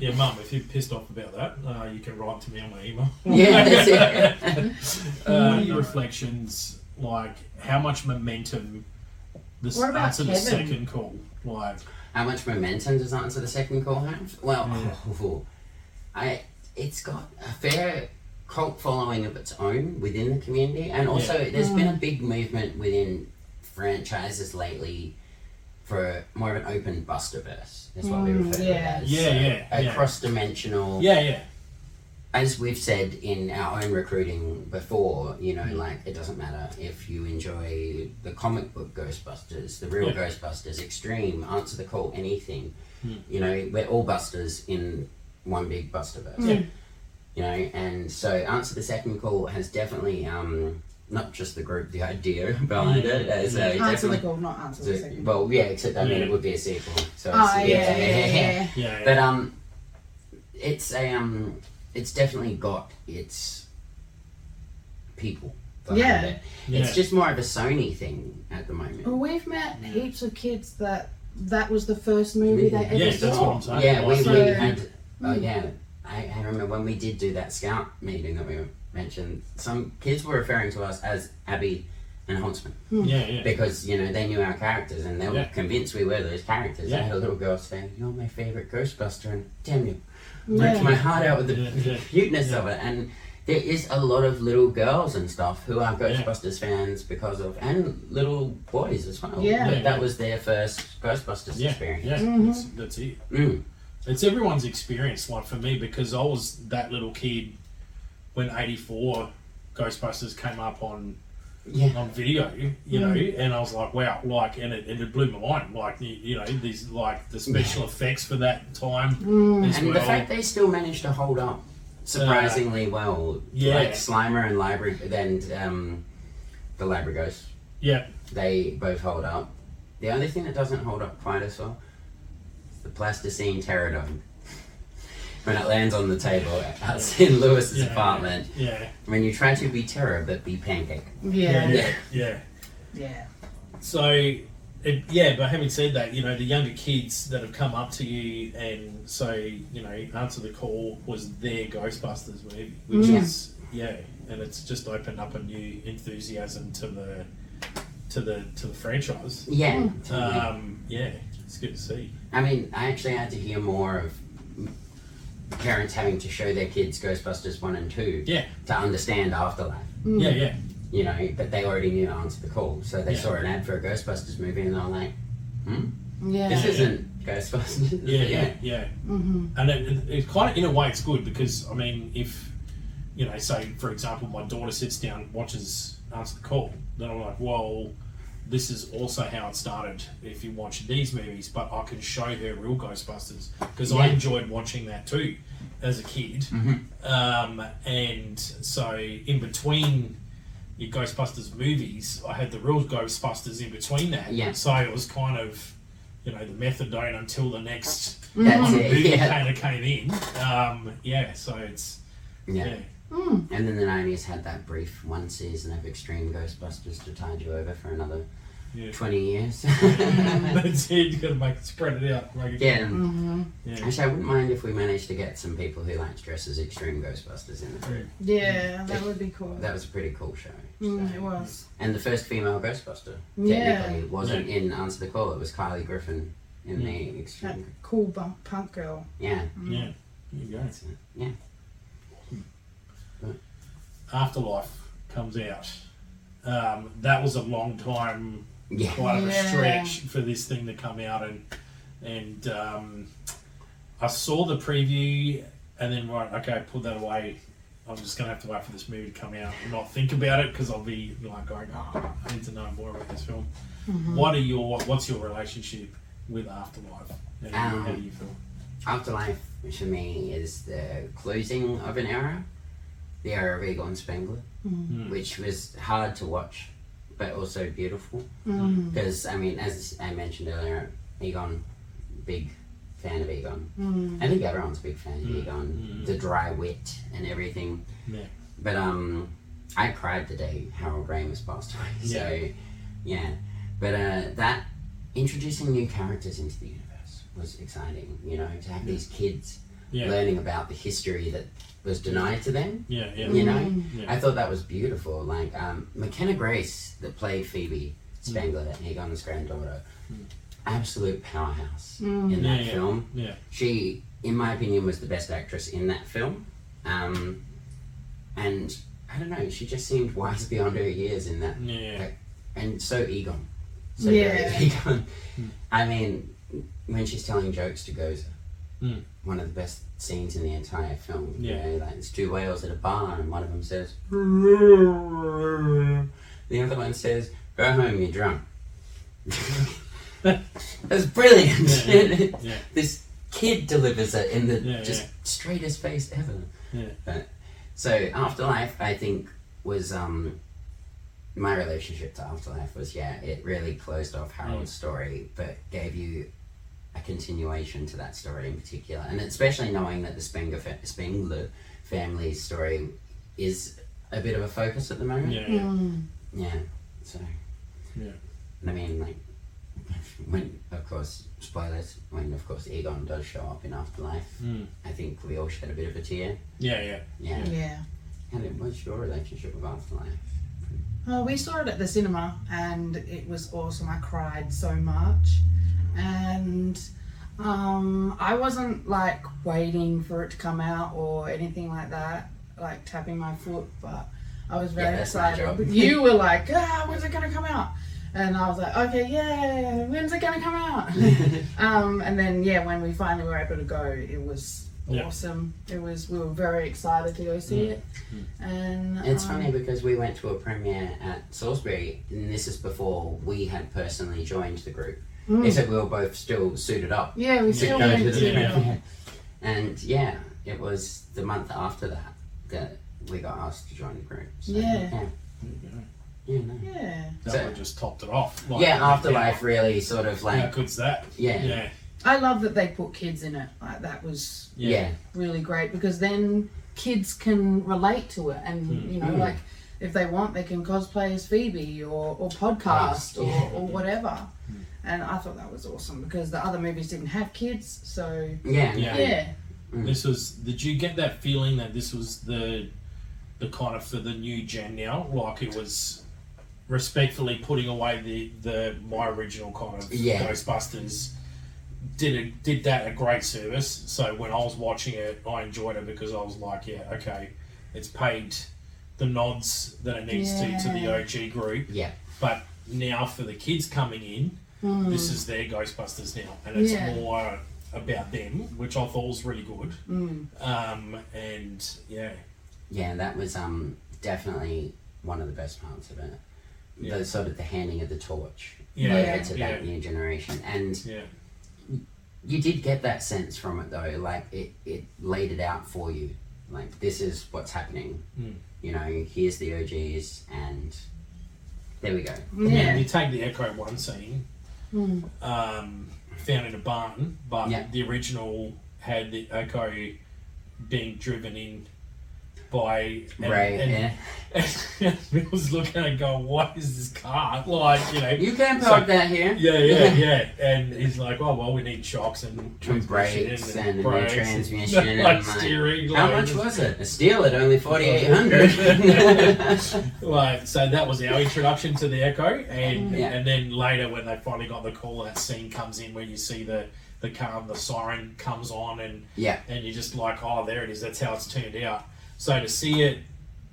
Yeah, mum, if you're pissed off about that, uh, you can write to me on my email.
yeah, that's it.
Uh, any reflections like how much momentum this
What about
answer the
Kevin?
second call like
How much momentum does answer the second call have? Well,
Mm.
I it's got a fair cult following of its own within the community, and also there's been
Mm.
a big movement within franchises lately for more of an open Busterverse. That's what we
Mm,
refer
yeah.
to it as.
Yeah,
so
yeah,
A
yeah.
cross-dimensional.
yeah yeah
as we've said in our own recruiting before, you
Mm.
know, like it doesn't matter if you enjoy the comic book Ghostbusters, the real
Yeah.
Ghostbusters, Extreme, Answer the Call, anything.
Mm.
You know, we're all Busters in one big Busterverse.
Yeah.
You know, and so Answer the Second Call has definitely um, not just the group, the idea behind it, as a
Mm. Answer the
definitely.
call, not answer the second. Mm.
well, yeah, except I mean,
Yeah.
it would be a sequel. So
Oh,
it's,
yeah, yeah, yeah.
yeah, yeah.
but um, it's a um, it's definitely got its people. behind
Yeah. Oh,
it.
Yeah.
It's just more of a Sony thing at the moment.
Well, we've met heaps of kids that that was the first movie they ever
Yeah, that's
saw.
what I'm saying.
yeah, we,
Like,
we
So- Hmm.
had. Oh yeah, I, I remember when we did do that scout meeting that we mentioned. Some kids were referring to us as Abby and Huntsman
yeah yeah
because you know they knew our characters and they were
Yeah.
convinced we were those characters. I
Yeah.
had a little girl saying, "You're my favorite Ghostbuster," and damn you, ripped
Yeah.
my heart out with the
Yeah, yeah.
cuteness of it. And there is a lot of little girls and stuff who are
Yeah.
Ghostbusters fans because of, and little boys as well.
Yeah.
Yeah,
That
yeah.
was their first Ghostbusters
yeah,
experience.
yeah,
Mhm.
that's, that's it.
Mm.
It's everyone's experience. Like for me, because I was that little kid when '84 Ghostbusters came up on
Yeah.
on video,
Mm-hmm.
you know, and I was like, wow, like, and it, and it blew my mind. Like, you, you know, these like the special effects for that
Mm-hmm.
time
Mm.
as
And
well.
the fact they still managed to hold up surprisingly well.
yeah.
Like Slimer and Library, then um, the Library Ghost,
yeah,
they both hold up. The only thing that doesn't hold up quite as well is the plasticine pterodon. when it lands on the table out in Lewis's
Yeah.
apartment.
Yeah,
When you try to be terror but be pancake.
yeah,
Yeah.
yeah, yeah.
Yeah.
So, it, yeah, but having said that, you know, the younger kids that have come up to you and so, you know, Answer the Call was their Ghostbusters movie, which
Mm.
is, yeah, and it's just opened up a new enthusiasm to the to the to the franchise.
Yeah. totally.
Um, yeah, it's good to see.
I mean, I actually had to hear more of parents having to show their kids Ghostbusters 1 and 2
Yeah.
to understand Afterlife.
Mm.
Yeah, yeah,
You know, but they already knew Answer the Call. So they
Yeah.
saw an ad for a Ghostbusters movie and they were like, "Hmm?
Mm, Yeah.
this
Yeah.
isn't Ghostbusters.
yeah, yeah, yeah.
Mm-hmm.
Mm.
and it, it- it's quite in a way it's good because I mean if you know say for example my daughter sits down and watches answer the call then I'm like well this is also how it started if you watch these movies but I can show her real Ghostbusters because I
Yeah. Mm-hmm.
enjoyed watching that too as a kid um, and so in between your Ghostbusters movies I had the real Ghostbusters in between that
Yeah.
so it was kind of you know the methadone until the next
That's it.
movie
Yeah.
kind of came in. Um, yeah, so it's
Yeah.
yeah,
Mm.
And then the 90s had that brief one season of extreme Ghostbusters to tide you over for another
yeah.
20 years.
That's it. You got to make it spread it out. Make it,
yeah. and
Mm-hmm.
yeah.
Actually, I wouldn't mind if we managed to get some people who liked dress as extreme Ghostbusters in the group.
Yeah, that would be cool.
That was a pretty cool show.
Mm,
so.
it was.
And the first female Ghostbuster
Yeah.
technically wasn't in Answer the Call. It was Kylie Griffin in the
That
extreme.
cool bump, punk girl.
Yeah.
yeah. There you go.
That's it. Yeah.
Afterlife comes out. Um, that was a long time,
Yeah.
quite of a
Yeah.
stretch for this thing to come out, and and um, I saw the preview, and then right, okay, put that away. I'm just gonna have to wait for this movie to come out and not think about it because I'll be like going, oh, I need to know more about this film. What are your what's your relationship with Afterlife? And how,
Um,
how do you feel?
Afterlife for me is the closing of an era, the era of Egon Spengler,
Mm.
which was hard to watch, but also beautiful.
Mm.
Because I mean, as I mentioned earlier, Egon, big fan of Egon.
Mm.
I think everyone's a big fan of
Mm,
Egon,
mm.
the dry wit and everything.
Yeah.
But um, I cried the day Harold Ramis passed away. So, yeah. But uh, that introducing new characters into the universe was exciting. You know, to have these kids
Yeah,
learning about the history that was denied to them.
yeah, yeah,
You know,
mm,
Yeah.
I thought that was beautiful. Like um, McKenna Grace, that played Phoebe Spangler, Egon's granddaughter,
Mm.
absolute powerhouse
Mm.
in that
Yeah, yeah.
film
yeah,
she, in my opinion, was the best actress in that film. Um, and I don't know, she just seemed wise beyond her years in that,
yeah,
and so Egon, so
Yeah.
very Egon.
Hmm.
I mean, when she's telling jokes to Gozer,
Hmm.
one of the best scenes in the entire film.
Yeah.
you know, like it's two whales at a bar, and one of them says, the other one says, "Go home, you're drunk." That's brilliant.
Yeah, yeah, yeah.
this kid delivers it in the
Yeah,
just
yeah.
straightest face ever.
Yeah.
But- so afterlife, I think, was um, my relationship to afterlife was yeah, it really closed off Harold's story, but gave you a continuation to that story in particular, and especially knowing that the Spengler, fa- Spengler family story is a bit of a focus at the
yeah,
moment.
yeah, yeah.
Mm.
Yeah. So.
Yeah.
And I mean, like, when of course spoilers, when of course Egon does show up in Afterlife,
Mm.
I think we all shed a bit of a tear.
yeah, yeah.
Yeah.
Yeah.
And it was your relationship with Afterlife.
Oh, we saw it at the cinema and it was awesome. I cried so much. And um, I wasn't like waiting for it to come out or anything like that, like tapping my foot, but I was very
Yeah, that's my
excited.
job.
But you were like, ah, when's it going to come out? And I was like, okay, yeah, when's it going to come out? um, and then, yeah, when we finally were able to go, it was
Yeah.
awesome. It was, we were very excited to go see it. And
Mm. it's
um,
funny because we went to a premiere at Salisbury, and this is before we had personally joined the group.
Mm.
Except we were both still suited up
Yeah, we
to
still
go
went
to the
to.
Yeah.
premiere. And yeah, it was the month after that that we got asked to join the group. So,
Yeah.
Yeah.
There you go.
yeah no.
Yeah.
That
So-
one just topped it off. Like,
yeah, afterlife really sort of
How
like
good's that?
yeah,
Yeah,
I love that they put kids in it. Like that was
Yeah.
really great because then kids can relate to it and you know
Mm.
like if they want they can cosplay as phoebe or, or podcast or,
Yeah.
or whatever and i thought that was awesome because the other movies didn't have kids so
Yeah.
yeah,
Yeah.
Mm.
This was. Did you get that feeling that this was the, the kind of for the new gen now? Like it was, respectfully putting away the the my original kind of
Yeah.
Ghostbusters. Did it did that a great service. So when I was watching it, I enjoyed it because I was like, yeah, okay, it's paid the nods that it needs to to
Yeah.
the OG group.
Yeah.
But now for the kids coming in, this is their Ghostbusters now, and it's
Yeah.
more about them, which I thought was really good. Um, and yeah,
Yeah, that was um definitely one of the best parts of it.
Yeah.
The sort of the handing of the torch
Yeah.
over to that
Yeah.
new generation, and
yeah,
you did get that sense from it though. Like it, it laid it out for you. Like this is what's happening.
Mm.
You know, here's the OGs, and there we go.
yeah.
yeah
you take the Echo One scene,
Mm.
um, found in a barn, but
Yeah.
the original had the Echo being driven in by and-
Right?
and-
yeah.
And I was looking at it going, "What is this car like?" You know,
You can
so-
park that here.
Yeah, yeah, yeah. And he's like, oh, well, we need shocks and
And
transmission
brakes and a new
brakes
transmission and
like
I'm like,
steering.
How
like-
much was it? A steal at only forty eight hundred.
Right, so that was our introduction to the Echo, and
Yeah.
and then later when they finally got the call, that scene comes in where you see the the car, the siren comes on, and
Yeah.
and you're just like, oh, there it is. That's how it's turned out. So to see it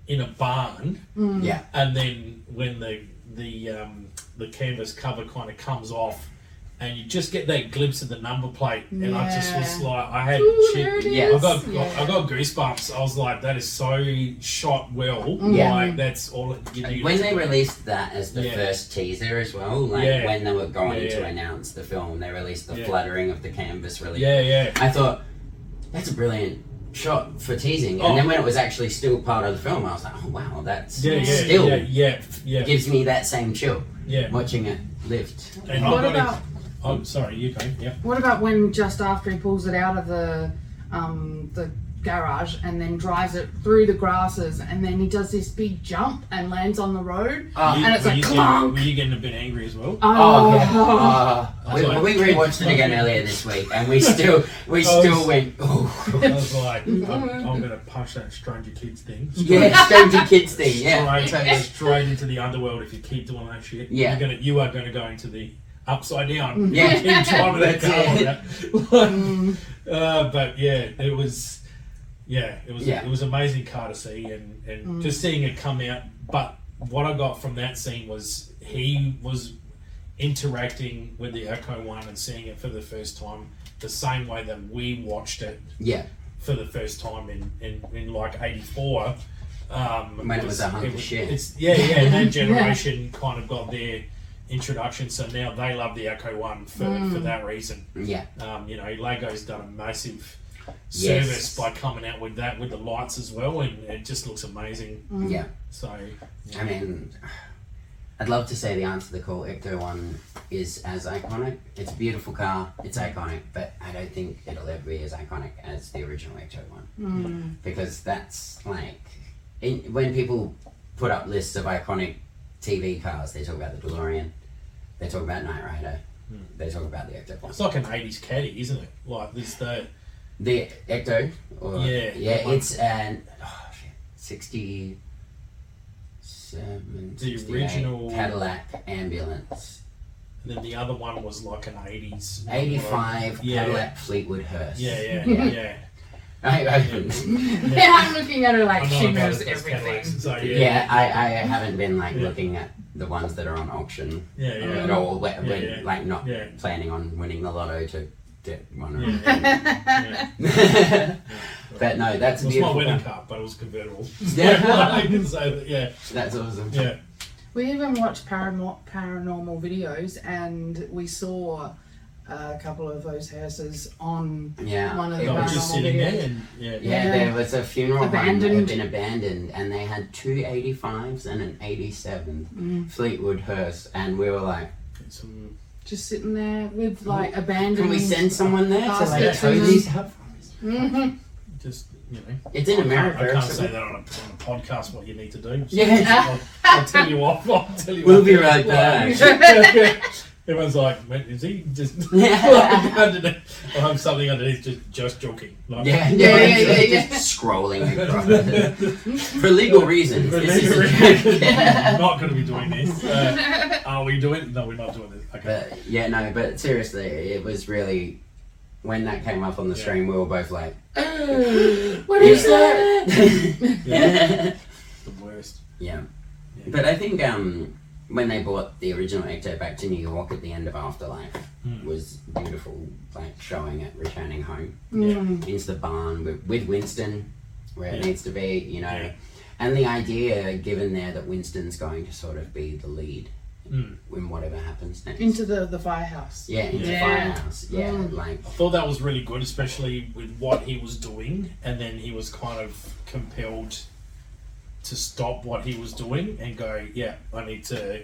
in a barn,
Mm. Yeah.
and then when the the um, the canvas cover kind of comes off, and you just get that glimpse of the number plate, and I just was
Yeah.
like, I had
Ooh,
shit-
there it
Yeah.
I
is.
got,
Yeah.
I got goosebumps. I was like, that is so shot well.
Mm.
Yeah.
Like that's all it you need.
When they released that as the
Yeah.
first teaser as well, like
Yeah.
when they were going
Yeah,
to
yeah.
announce the film, they released the
Yeah.
fluttering of the canvas really.
yeah, yeah.
I thought that's a brilliant shot for teasing, and
Oh.
then when it was actually still part of the film, I was like, oh wow, that's
Yeah, yeah,
still
yeah, yeah, yeah,
gives me that same chill
yeah.
watching it lift.
And
What
I've got
about-
it. I'm sorry, you go. Yeah,
what about when just after he pulls it out of the um the garage and then drives it through the grasses and then he does this big jump and lands on the road
Oh,
You-
and it's
were
like
you getting,
clonk.
were you getting a bit angry as well?
Oh, yeah.
oh.
Oh. we, we rewatched it again earlier this week, and we still we
Oh,
still
it's-
went.
I
Oh,
was like, I'm, I'm gonna punch that stranger kids thing.
yeah, Stranger Kids thing. Yeah,
straight, straight into the underworld if you keep doing that shit.
Yeah. Mm.
You're gonna, you are going to go into the upside down.
Yeah.
Keep driving that
That's
car. like that. uh, but yeah, it was, yeah, it was,
Yeah.
it was amazing car to see and, and just seeing it come out. But what I got from that scene was he was interacting with the Echo One and seeing it for the first time the same way that we watched it
yeah.
for the first time in, in, in like 84. Um,
When it was a hunk
it
of shit.
It's, yeah, yeah, that generation kind of got their introduction, so now they love the Echo 1 for,
Hmm.
for that reason.
Yeah,
Um, you know, Lego's done a massive
Yes.
service by coming out with that, with the lights as well, and it just looks amazing.
yeah.
So,
I mean, I'd love to say the answer to the call Ecto One is as iconic. It's a beautiful car. It's iconic, but I don't think it'll ever be as iconic as the original Ecto One because that's like in, when people put up lists of iconic TV cars, they talk about the DeLorean, they talk about Knight Rider, they talk about the Ecto One.
it's like an 80s caddy, isn't it? Like, there's the.
The Ecto, or
Yeah, that
yeah,
one.
it's an oh, shit, sixty-seven,
The
68
original-
Cadillac ambulance,
And then the other one was like an 80s. one, like-
eighty-five
Yeah.
Cadillac Fleetwood Hearse.
Yeah, yeah, yeah.
I, I,
yeah.
Yeah, I'm looking at her like
I know
she
about
knows
it, those
everything.
Cadillacs, So, yeah.
yeah, I, I haven't been like
Yeah.
looking at the ones that are on auction
Yeah, yeah.
at all. When,
Yeah,
when,
yeah.
Like not
Yeah.
planning on winning the lotto to get one. Or
Yeah, yeah.
but no, that's
It
a
was my
beautiful.
winning
car.
car, but it was convertible.
Yeah.
I can say that, yeah,
That's awesome.
yeah.
We even watched paramo- paranormal videos and we saw a couple of those houses on.
Yeah,
One of
it
the
I
was
was
paranormal
just sitting
videos.
there, and yeah,
Yeah,
Yeah.
there was a funeral home that had
Abandoned.
been abandoned, and they had two
Mm.
85s and an 87 Fleetwood hearse, and we were like,
Some
just sitting there with like abandoned.
Can we send someone there to like
Baskets
tow
and-
these up? for us?
Mhm.
Mm-hmm. Just you know,
It's in
I can't,
America.
I can't say
isn't it?
that on a, on a podcast. What you need to do. So
Yeah.
I'll, I'll tell you off. I'll tell you.
We'll
off.
be right back.
Everyone's like, "Mate, is he just
Yeah.
underneath? Well, I'm something underneath, just just joking. Like,
Yeah,
Yeah, yeah, yeah, yeah.
Just scrolling across. For legal reasons.
We're
this is a
literally
joke.
not going to be doing this. Uh, are we doing? No, we're not doing this. Okay.
But yeah, no, but seriously, it was really when that came up on the
Yeah.
stream, we were both like,
what is
Yeah.
that?
yeah.
The worst.
But I think um, when they brought the original Ecto back to New York at the end of Afterlife
Hmm.
was beautiful, like showing it returning home
Mm.
into the barn with, with Winston, where it
Yeah.
needs to be, you know.
Yeah.
And the idea given there that Winston's going to sort of be the lead
Hmm.
in whatever happens next.
Into the the firehouse.
yeah, into
Yeah.
Firehouse. Yeah,
Mm.
like
I thought that was really good, especially with what he was doing, and then he was kind of compelled to stop what he was doing and go, "Yeah, I need to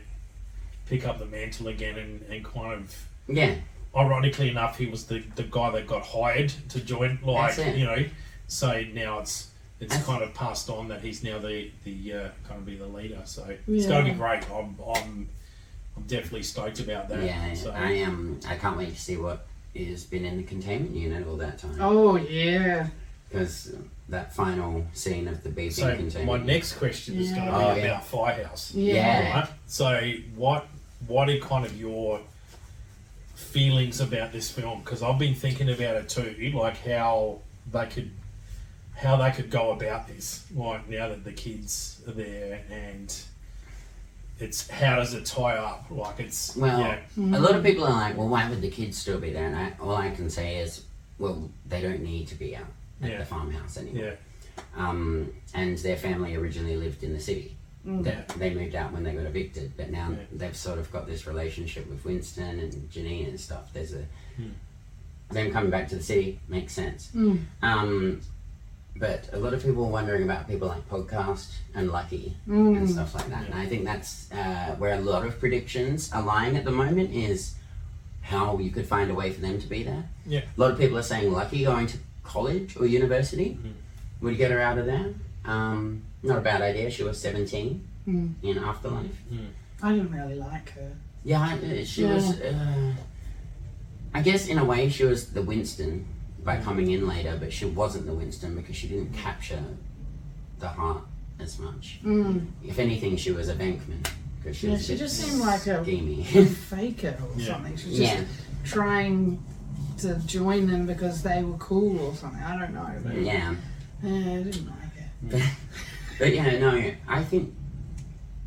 pick up the mantle again," and, and kind of
yeah,
ironically enough, he was the, the guy that got hired to join. Like
That's it.
you know, so now it's it's
That's-
kind of passed on that he's now the the uh, kind of be the leader. So it's
Yeah.
going to be great. I'm I'm I'm definitely stoked about that.
yeah.
so,
I am. I can't wait to see what has been in the containment unit all that time.
Oh yeah.
Because that final scene of the beeping
so
containment.
my next question is going to be
Yeah. Oh,
about
yeah.
Firehouse.
Yeah.
Yeah.
Right? So what what are kind of your feelings about this film? Because I've been thinking about it too, like how they could how they could go about this. Like now that the kids are there, and it's how does it tie up? Like it's
Well,
yeah,
A lot of
Mm-hmm.
people are like, well, why would the kids still be there? And I, all I can say is, well, they don't need to be out at
Yeah.
the farmhouse anymore.
yeah,
Um, and their family originally lived in the city.
Mm.
They- They moved out when they got evicted, but now
Yeah.
they've sort of got this relationship with Winston and Janine and stuff. There's a
Hmm.
them coming back to the city makes sense.
Mm.
Um, but a lot of people are wondering about people like podcast and Lucky and
Mm.
stuff like that. And I think that's uh, where a lot of predictions are lying at the moment is how you could find a way for them to be there.
Yeah.
A lot of people are saying Lucky going to college or university
Mhm.
would get her out of there. Um, not a bad idea. She was 17
Mm.
in Afterlife.
I didn't really like her.
Yeah, I- uh, she was. Uh, I guess in a way she was the Winston by coming in later, but she wasn't the Winston because she didn't capture the heart as much.
Mm.
If anything, she was a bankman because she
Yeah,
was a
she
bit
just seemed like a-
schemey.
Faker or
Yeah.
something. She was just
yeah,
trying to join them because they were cool or something. I don't know. But,
yeah,
yeah, I didn't like it.
but yeah, no, I think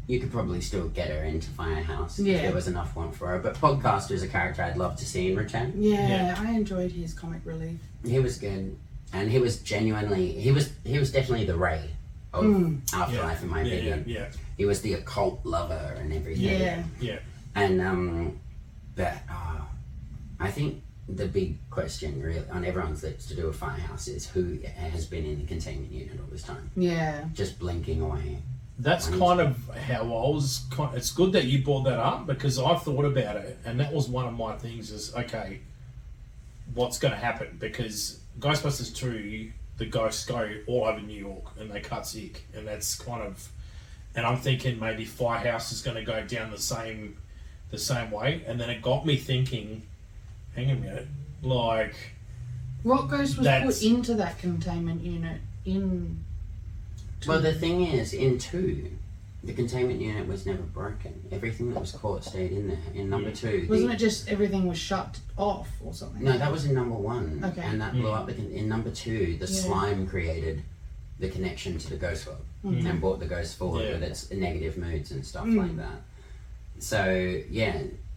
you could probably still get her into Firehouse
Yeah.
if there was enough one for her. But Podcaster is a character I'd love to see in return.
Yeah,
Yeah.
I enjoyed his comic relief.
He was good, and he was genuinely he was he was definitely the Ray of
Mm.
Afterlife in my
yeah, yeah,
opinion.
yeah,
He was the occult lover and everything.
Yeah.
And um, but uh, I think the big question really on everyone's lips to do with Firehouse is who has been in the containment unit all this time,
Yeah.
just blinking away.
That's kind of how I was. Kind it's good that you brought that up because I thought about it, and that was one of my things. Is okay, what's going to happen? Because Ghostbusters two, the ghosts go all over New York and they cut sick, and that's kind of. And I'm thinking maybe Firehouse is going to go down the same, the same way, and then it got me thinking. Hang a minute, like
What ghost was
That's-
put into that containment unit in
Well, the thing is, in two, the containment unit was never broken. Everything that was caught stayed in there. In number two, the-
wasn't it just everything was shut off or something?
No, that was in number one.
Okay.
And that blew up.
Mm.
The con- in number two, the
Yeah.
slime created the connection to the ghost world and brought the ghost forward
Yeah.
with its negative moods and stuff
Mm.
like that. So, yeah,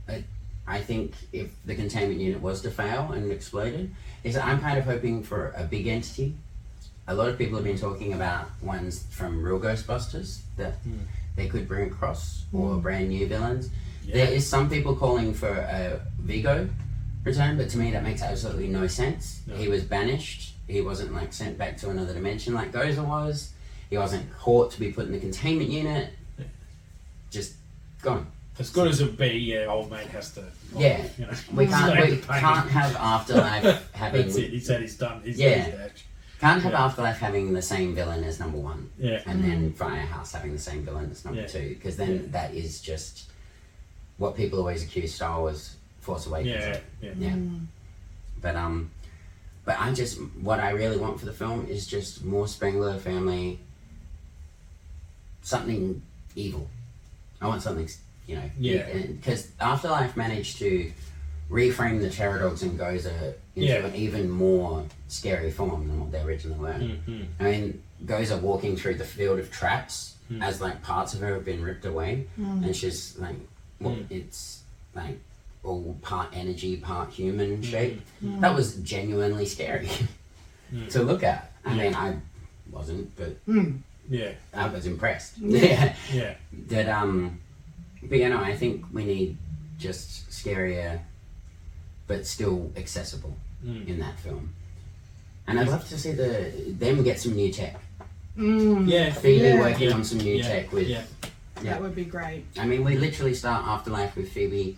I, I think if the containment unit was to fail and exploded, is that I'm kind of hoping for a big entity. A lot of people have been talking about ones from real Ghostbusters that
Mm.
they could bring across or
Mm.
brand new villains.
yeah,
There is some people calling for a Vigo return, but to me that makes absolutely no sense.
No.
He was banished. He wasn't like sent back to another dimension like Gozer was. He wasn't caught to be put in the containment unit. Just gone.
As good as it be, yeah, old mate has to.
Yeah.
you know,
We can't,
stay
we
the pain.
can't have afterlife having
That's it. He said he's done. He's
Yeah.
yeah. Done his act.
can't have
Yeah.
afterlife having the same villain as number one,
Yeah.
and then Firehouse having the same villain as number
Yeah.
two, because then that is just what people always accuse Star Wars Force Awakens.
Yeah.
of.
Mm.
Yeah.
yeah. But um, but I just what I really want for the film is just more Spangler family. Something evil. I want something, you know.
Yeah.
Because Afterlife managed to reframe the Terror Dogs and Gozer into
Yeah.
an even more scary form than what they originally were.
Mhm.
I mean, Gozer walking through the field of traps
Mm.
as like parts of her have been ripped away, and she's like, well,
Mm.
it's like all part energy, part human shape. That was genuinely scary
Mm.
to look at. I
Yeah.
mean, I wasn't, but
Mm.
Mm-hmm. Yeah.
I was impressed.
Yeah.
Yeah,
Yeah.
that um, but you know, I think we need just scarier, but still accessible
Mm.
in that film. And I'd love to see the them get some new tech.
Mm.
Yeah.
Phoebe
Yeah.
working on some new
yeah.
tech with.
yeah.
Yeah.
That would be great.
I mean, we literally start Afterlife with Phoebe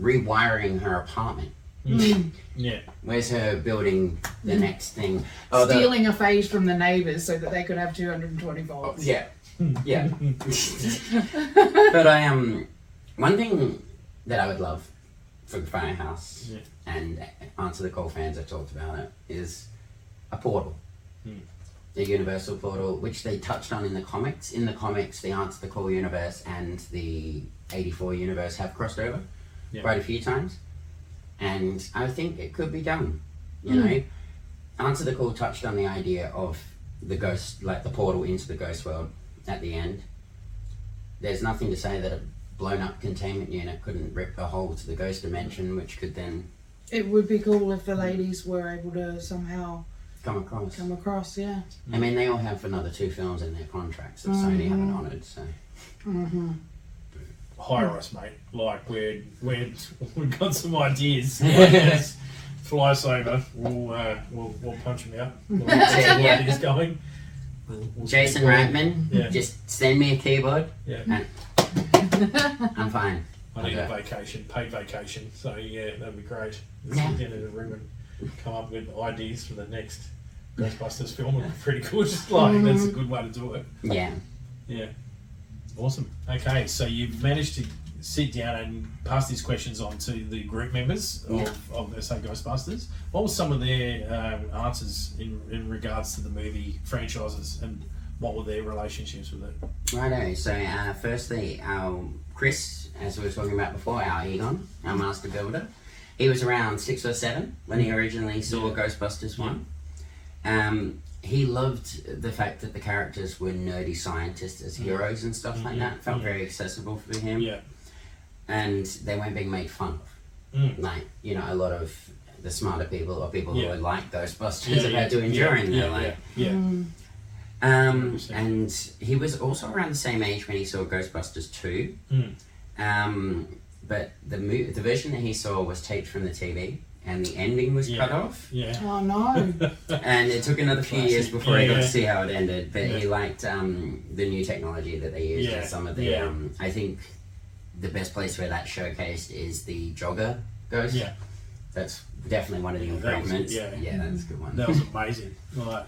rewiring her apartment.
Mm.
Yeah.
Where's her building the next thing? the-
Stealing a phase from the neighbours so that they could have 220
Oh,
volts.
yeah,
Hmm.
yeah.
Mm.
but I um, one thing that I would love for the firehouse
Yeah.
and answer the call fans have talked about it is a portal.
Hmm.
The universal portal, which they touched on in the comics. In the comics, the Answer the Call universe and the 84 universe have crossed over
Yeah.
quite a few times. And I think it could be done. You know, Answer the Call touched on the idea of the ghost, like the portal into the ghost world at the end. There's nothing to say that a blown up containment unit couldn't rip a hole to the ghost dimension, which could then
It would be cool if the ladies were able to somehow
come across.
come across, Mm. yeah.
I mean, they all have another two films in their contracts that Sony haven't honoured, so.
Mm-hmm.
Hire us, mate. Like we're we're we've got some ideas. Like, yes, Fly us over. We'll uh, we'll we'll punch him out. We'll see where
Yeah.
he's going. We'll- we'll-
Jason Reitman,
Yeah.
just send me a keyboard.
Yeah.
And I'm fine.
I need
Okay.
a vacation, paid vacation. So yeah, that'd be great. Just
Yeah.
get in a room and come up with ideas for the next Ghostbusters film. Would be pretty cool. Just like that's a good way to do it.
Yeah.
Yeah. Awesome. Okay, so you've managed to sit down and pass these questions on to the group members
Yeah.
of, of SA Ghostbusters. What were some of their um, answers in, in regards to the movie franchises and what were their relationships with it?
Righto. So, uh, firstly, our Chris, as we were talking about before, our Egon, our master builder, he was around six or seven when he originally saw Ghostbusters one. Um, he loved the fact that the characters were nerdy scientists as heroes and stuff like that. Felt very accessible for him.
Mm. Mm-hmm. Yeah.
and they weren't being made fun of.
Mm.
Like, you know, a lot of the smarter people or people
Yeah.
who are like Ghostbusters
Yeah,
have
yeah,
had to endure in
yeah,
their life.
yeah, yeah.
Um,
100%.
and he was also around the same age when he saw Ghostbusters 2.
Mm.
Um, but the, mo- the version that he saw was taped from the TV and the ending was
Yeah.
cut off.
yeah.
Oh no.
And it took another few years
Classic.
before he
Yeah,
got to
yeah.
see how it ended. But he
Yeah.
liked um, the new technology that they used
Yeah,
and some of the.
yeah.
Um, I think the best place where that's showcased is the jogger ghost.
Yeah.
That's definitely one of the
Yeah, that was-
improvements.
yeah.
that's a good one.
That was amazing. Like,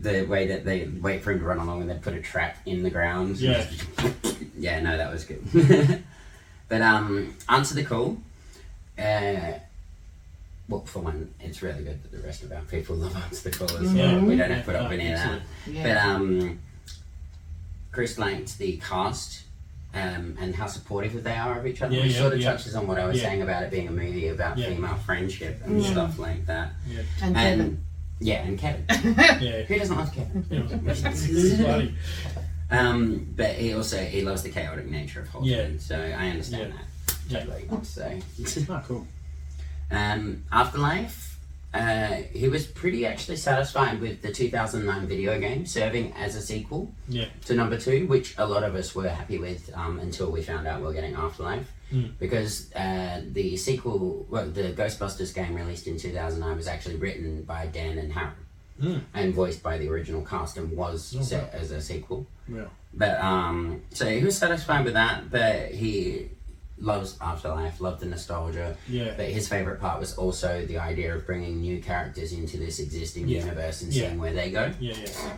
the way that they wait for him to run along and they put a trap in the ground.
Yeah.
yeah, no, that was good. but um, answer the call. Uh, well, for one, it's really good that the rest of our people love answer the call as
Yeah.
well. We don't have to put
Yeah,
up with any of that.
excellent.
But
Yeah.
um, Chris liked the cast um, and how supportive they are of each other,
Yeah,
which
yeah,
sort of
yeah.
touches on what I was
Yeah.
saying about it being a movie about
Yeah. Mm.
female friendship and
Yeah.
stuff like that.
yeah,
And
And Um, yeah, and Kevin.
yeah.
Who doesn't love Kevin?
yeah. It's funny.
Um, but he also he loves the chaotic nature of Holtzman,
Yeah.
so I understand
Yeah.
that totally. So,
Oh, cool.
um, Afterlife, uh, he was pretty actually satisfied with the 2009 video game serving as a sequel
Yeah.
to number two, which a lot of us were happy with um, until we found out we are getting Afterlife.
Mm.
Because uh, the sequel, well, the Ghostbusters game released in 2009 was actually written by Dan and Harry.
Mm.
and voiced by the original cast and was
Okay.
set as a sequel.
Yeah.
But um, so he was satisfied with that, but he loves Afterlife, loved the nostalgia.
Yeah.
But his favorite part was also the idea of bringing new characters into this existing
Yeah.
universe and
Yeah.
seeing where they go.
Yeah, yeah.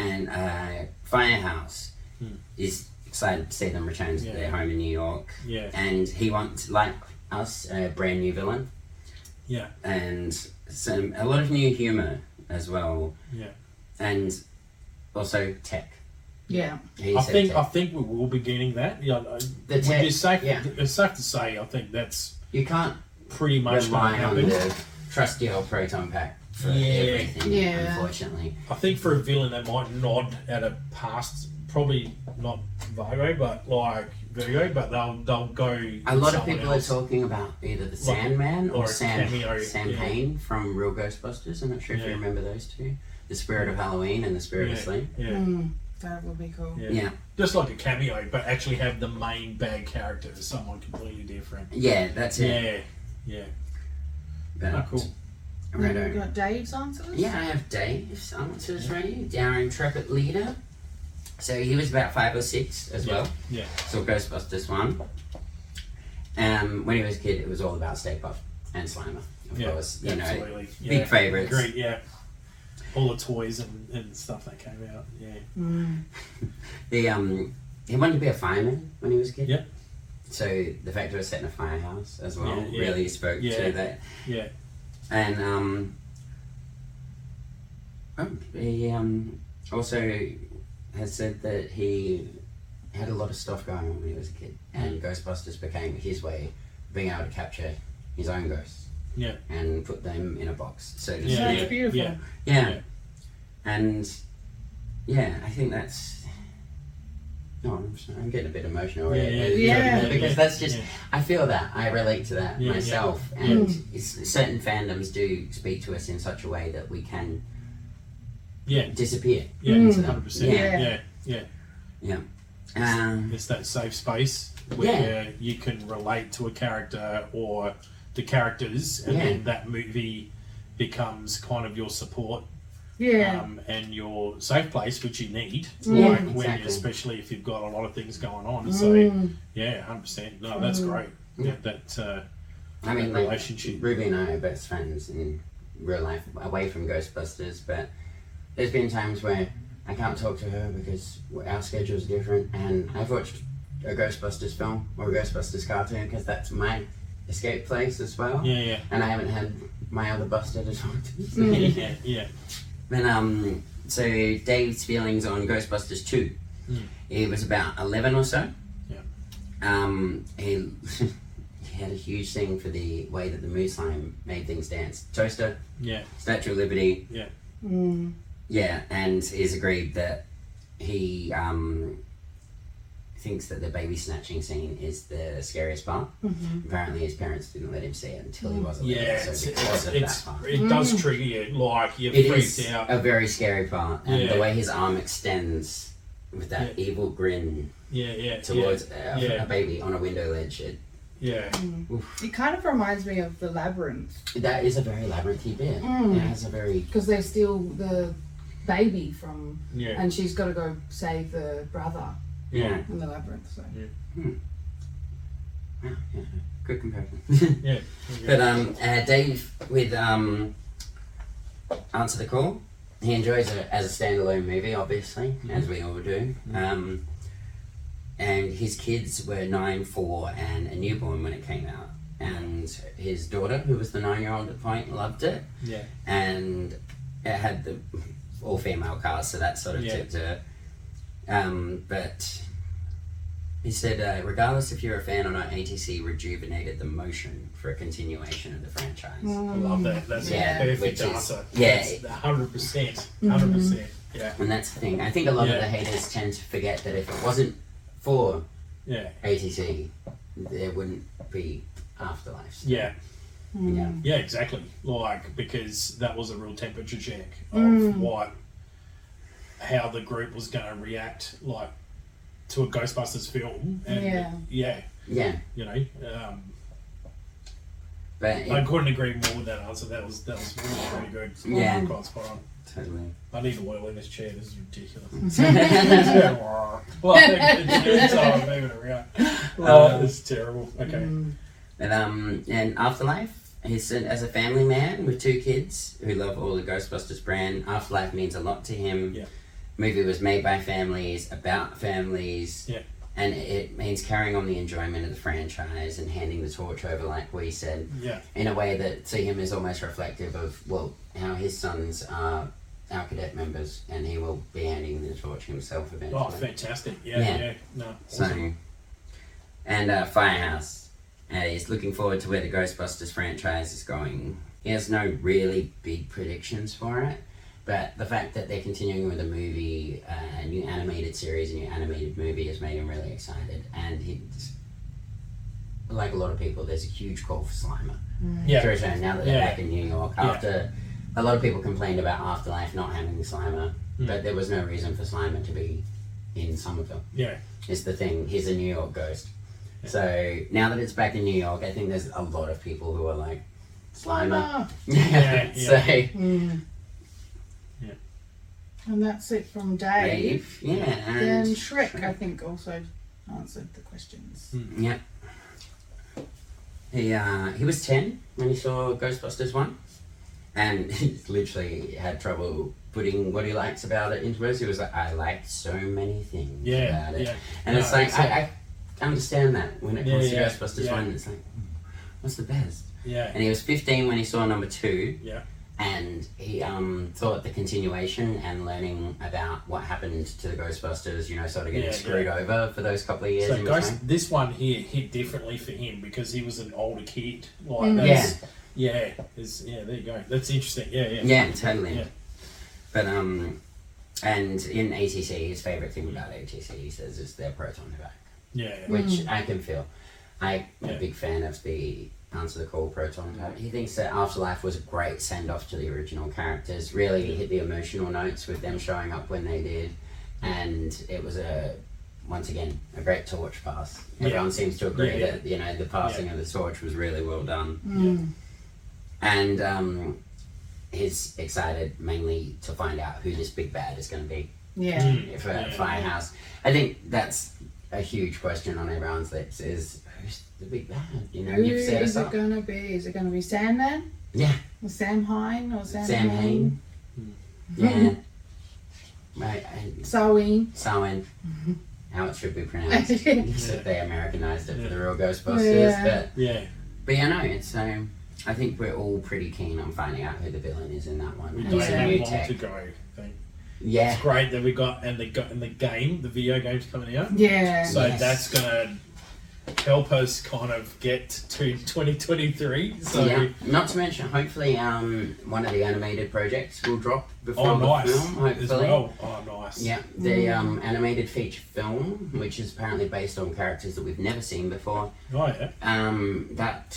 And uh, Firehouse
Hmm.
is excited to see them return to
Yeah.
their home in New York,
Yeah.
and he wants like us a brand new villain
Yeah.
and some a lot of new humor as well,
Yeah.
and also tech.
Yeah.
He
I
said
think
tech.
I think we will be getting that. Yeah, I-
The
would be
tech,
safe.
yeah.
It's safe to say. I think that's
you can't
pretty much going to
rely on
happen.
the trusty old proton pack for
Yeah.
everything,
Yeah.
unfortunately.
I think for a villain that might nod at a past, probably not Virgo, but like Virgo, but they'll they'll go.
A lot of
someone
people
else.
are talking about either the Sandman or,
or a
Sam
cameo,
Sam
yeah.
Hain from Real Ghostbusters. I'm not sure if you
Yeah.
remember those two. The Spirit of Halloween and the Spirit of Sleep.
Yeah. Yeah.
Mm, that would be cool.
yeah,
Yeah,
just like a cameo, but actually have the main bad character as someone completely different.
yeah, that's it.
Yeah, yeah.
But,
Oh, cool.
Then we've
righto.
got Dave's answers.
Yeah, I have Dave's answers for you. Darren Intrepid Leader. So he was about five or six as
Yeah.
well.
Yeah.
So Ghostbusters one. Um, when he was a kid, it was all about Stay Puft and Slimer, of
Yeah,
course. You know,
absolutely.
big
yeah.
favourites.
Great, yeah. All the toys and, and stuff that came out. Yeah.
Mm.
the um, he wanted to be a fireman when he was a kid.
Yeah.
So the fact that it was set in a firehouse as well
Yeah, yeah.
really spoke
Yeah.
to that.
Yeah.
And um, oh, he um also has said that he had a lot of stuff going on when he was a kid,
Mm.
and Ghostbusters became his way of being able to capture his own ghosts.
Yeah.
And put them in a box, so to
Yeah,
That's
speak.
yeah,
beautiful.
yeah.
Yeah.
Yeah.
And yeah, I think that's. No, I'm, sorry, I'm getting a bit emotional.
Yeah,
already.
yeah,
yeah,
yeah,
Oh, Because
yeah,
that's just.
yeah.
I feel that. I relate to that
Yeah, Mm. yeah.
myself.
Yeah.
And it's, certain fandoms do speak to us in such a way that we can
Yeah.
disappear.
Yeah.
Mm.
into them.
Hundred percent.
Yeah.
Yeah. Yeah.
Um,
It's that safe space where you can relate to a character or the characters, and
Yeah.
then that movie becomes kind of your support
Yeah.
um, and your safe place, which you need.
Yeah,
like when,
exactly.
especially if you've got a lot of things going on. So
Mm.
yeah, hundred percent. No, that's
Mm.
great.
Yeah.
That, that uh,
I mean,
that
like,
relationship.
Ruby and I are best friends in real life, away from Ghostbusters, but there's been times where I can't talk to her because our schedule's different, and I've watched a Ghostbusters film or a Ghostbusters cartoon because that's my escape place as well,
Yeah. Yeah.
and I haven't had my other buster to talk to.
Mm.
yeah. Yeah.
And um, so Dave's feelings on Ghostbusters two.
Mm.
He was about eleven or so.
Yeah.
Um, he he had a huge thing for the way that the moose slime made things dance. Toaster,
Yeah.
Statue of Liberty.
Mm.
Yeah, and he's agreed that he um, thinks that the baby snatching scene is the scariest part.
Mhm.
Apparently, his parents didn't let him see it until he was eleven.
Hmm. Yeah,
so
it's,
because
it's,
of
it's-
that part.
it
Mm.
does trigger you. Like you're
It
freaked
is
out.
a very scary part, and
Yeah.
the way his arm extends with that evil grin
Yeah, yeah, yeah,
towards uh,
Yeah.
a baby on a window ledge. It,
yeah,
It kind of reminds me of the labyrinth
that is a very labyrinthy bit.
Mm.
It has a very
because they steal the baby from,
yeah,
and she's got to go save the brother
yeah,
in the labyrinth. So.
wow, yeah, good comparison.
yeah.
but um, uh, Dave with um, answer the call. He enjoys it as a standalone movie, obviously,
Mm-hmm.
as we all do. Um, and his kids were nine, four, and a newborn when it came out. And his daughter, who was the nine-year-old at the point, loved it.
yeah,
and it had the all female cast, so that sort of
Yeah.
tipped her. Um, but he said, uh, regardless if you're a fan or not, ATC rejuvenated the motion for a continuation of the franchise.
I love that. That's
Yeah,
a perfect
which is-
answer.
yeah.
hundred percent, hundred
Mm-hmm.
percent. Yeah,
And that's the thing. I think a lot
Yeah.
of the haters tend to forget that if it wasn't for
yeah,
ATC, there wouldn't be afterlife.
yeah,
Yeah.
Mm.
yeah. Exactly. Like because that was a real temperature check of
Mm.
what, how the group was going to react, like to a Ghostbusters film, and
Yeah.
yeah,
Yeah.
you know, um,
But it-
I couldn't agree more with that answer. That was that was really pretty good. So
Yeah.
quite spot on.
totally.
I need oil in this chair. This is ridiculous.
yeah,
well, it's all moving around. Oh, this is terrible. Okay.
Mm.
But um, and Afterlife, he's a, as a family man with two kids who love all the Ghostbusters brand. Afterlife means a lot to him.
Yeah.
Movie was made by families, about families.
Yeah.
And it means carrying on the enjoyment of the franchise and handing the torch over, like we said,
Yeah.
in a way that to him is almost reflective of well how his sons are our cadet members, and he will be handing the torch himself eventually.
Oh, fantastic. Yeah, yeah.
Yeah.
No. awesome.
So, and uh, Firehouse. Uh, he's looking forward to where the Ghostbusters franchise is going. He has no really big predictions for it, but the fact that they're continuing with a movie, uh, a new animated series, a new animated movie has made him really excited. And he's, like a lot of people, there's a huge call for Slimer to
Mm.
Yeah.
return now that they're
Yeah.
back in New York.
Yeah.
After a lot of people complained about Afterlife not having Slimer,
Mm.
but there was no reason for Slimer to be in Somerville
Yeah.
is the thing. He's a New York ghost. So now that it's back in New York, I think there's a lot of people who are like Slimer.
Yeah, yeah.
so
Mm.
Yeah.
And that's it from Dave.
Dave, yeah,
Then
and
Shrek, I think, also answered the questions.
yeah. He uh, he was ten when he saw Ghostbusters one, and he literally had trouble putting what he likes about it into words. He was like, I liked so many things
Yeah.
about it,
Yeah.
and it's
No,
like
it's
I, I understand that when it
Yeah,
comes
yeah,
to Ghostbusters
yeah.
one, it's like, what's the best?
Yeah.
And he was 15 when he saw number two.
Yeah.
And he um, thought the continuation and learning about what happened to the Ghostbusters, you know, sort of getting
Yeah,
screwed over for those couple of years.
So
in
Ghost,
between.
this one here hit differently for him because he was an older kid. Like
Mm.
that's, yeah, is yeah. There you go. That's interesting. Yeah, yeah,
yeah, totally.
Yeah.
But um, and in ATC, his favorite thing about ATC, he says, is their proton pack,
yeah, yeah.
which I can feel. I'm
Yeah.
a big fan of the answer the call proton pack. He thinks that Afterlife was a great send off to the original characters. Really hit the emotional notes with them showing up when they did, and it was a once again a great torch pass.
Yeah.
Everyone seems to agree
Yeah, yeah.
that you know the passing of the torch was really well done
Mm.
and um, he's excited mainly to find out who this big bad is going to be
Yeah.
Mm,
for
yeah.
Firehouse. I think that's a huge question on everyone's lips: is who's the big bad? You know,
Who
you've set
is
us
it
up.
going to be? Is it going to be Sandman?
Yeah,
Or Sam Hine? Or Sam,
Sam Hain.
Mm.
Yeah, right. And
Sowing.
Samhain. How it should be pronounced. Except they Americanized it for the real Ghostbusters,
Yeah.
but
yeah.
But yeah, no, it's um, I think we're all pretty keen on finding out who the villain is in that one.
We
And
don't
it's a
have
new
long
tech.
to go. I think.
Yeah,
It's great that we got and the go- and the game, the video game's coming out.
Yeah.
So
Mm. Yes.
that's gonna help us kind of get to 2023. So
yeah. Not to mention, hopefully, um, one of the animated projects will drop before
oh,
the
nice
film. Hopefully,
as well. Oh, nice.
yeah. The
Mm.
um, animated feature film, which is apparently based on characters that we've never seen before,
Oh yeah.
um, that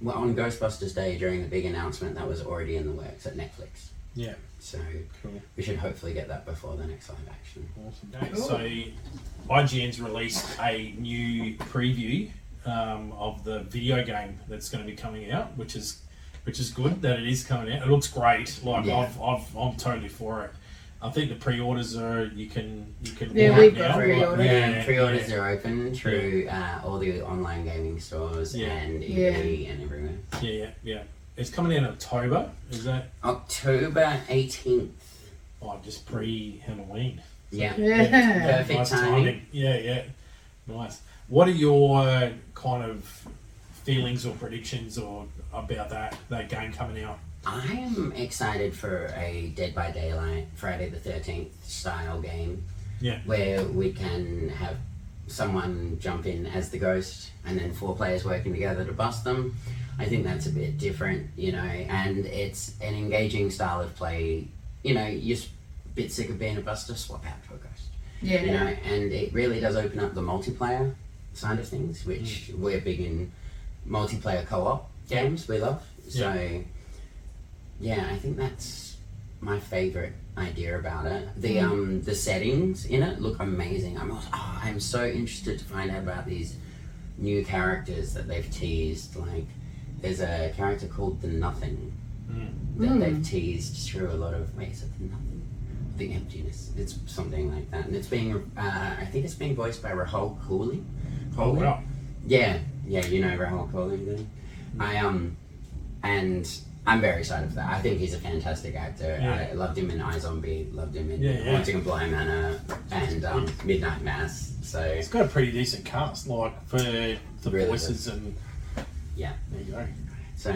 well, on Ghostbusters Day during the big announcement, that was already in the works at Netflix.
Yeah.
So
Cool.
we should hopefully get that before the next live action.
Awesome. So, IGN's released a new preview um, of the video game that's going to be coming out, which is which is good that it is coming out. It looks great. Like
Yeah.
I've, I've, I'm totally for it. I think the pre-orders are you can you can
Yeah,
order
we've
now.
got
Like,
pre-order.
yeah,
Yeah, pre-orders
yeah,
are open through uh, all the online gaming stores
Yeah.
and EB
Yeah.
and everywhere.
yeah, yeah, yeah. It's coming out in October. Is that
October 18th.
oh just pre Halloween?
Yeah.
Yeah.
Perfect
nice
timing.
Yeah, yeah. Nice. What are your kind of feelings or predictions or about that that game coming out?
I'm excited for a Dead by Daylight, Friday the 13th style game.
Yeah.
Where we can have someone jump in as the ghost and then four players working together to bust them. I think that's a bit different, you know, and it's an engaging style of play. You know, you're a bit sick of being a buster, swap out to a ghost.
Yeah.
you know, and it really does open up the multiplayer side of things, which we're big in multiplayer co-op games. We love. So, yeah, I think that's my favorite idea about it. The um the settings in it look amazing. I'm also, oh, I'm so interested to find out about these new characters that they've teased, like. there's a character called the Nothing
Mm.
that
Mm.
they've teased through a lot of ways of the nothing, the emptiness. It's something like that, and it's being uh, I think it's being voiced by Rahul Cooley.
Oh wow.
Yeah, yeah, you know Rahul Kohli. Then.
Hmm.
I um, and I'm very excited for that. I think he's a fantastic actor.
Yeah.
I loved him in I Zombie, loved him in
Yeah, yeah.
Haunting of Bly Manor, and um, Midnight Mass. So
It's got a pretty decent cast, like for the
Really
voices and
Yeah.
There you go.
so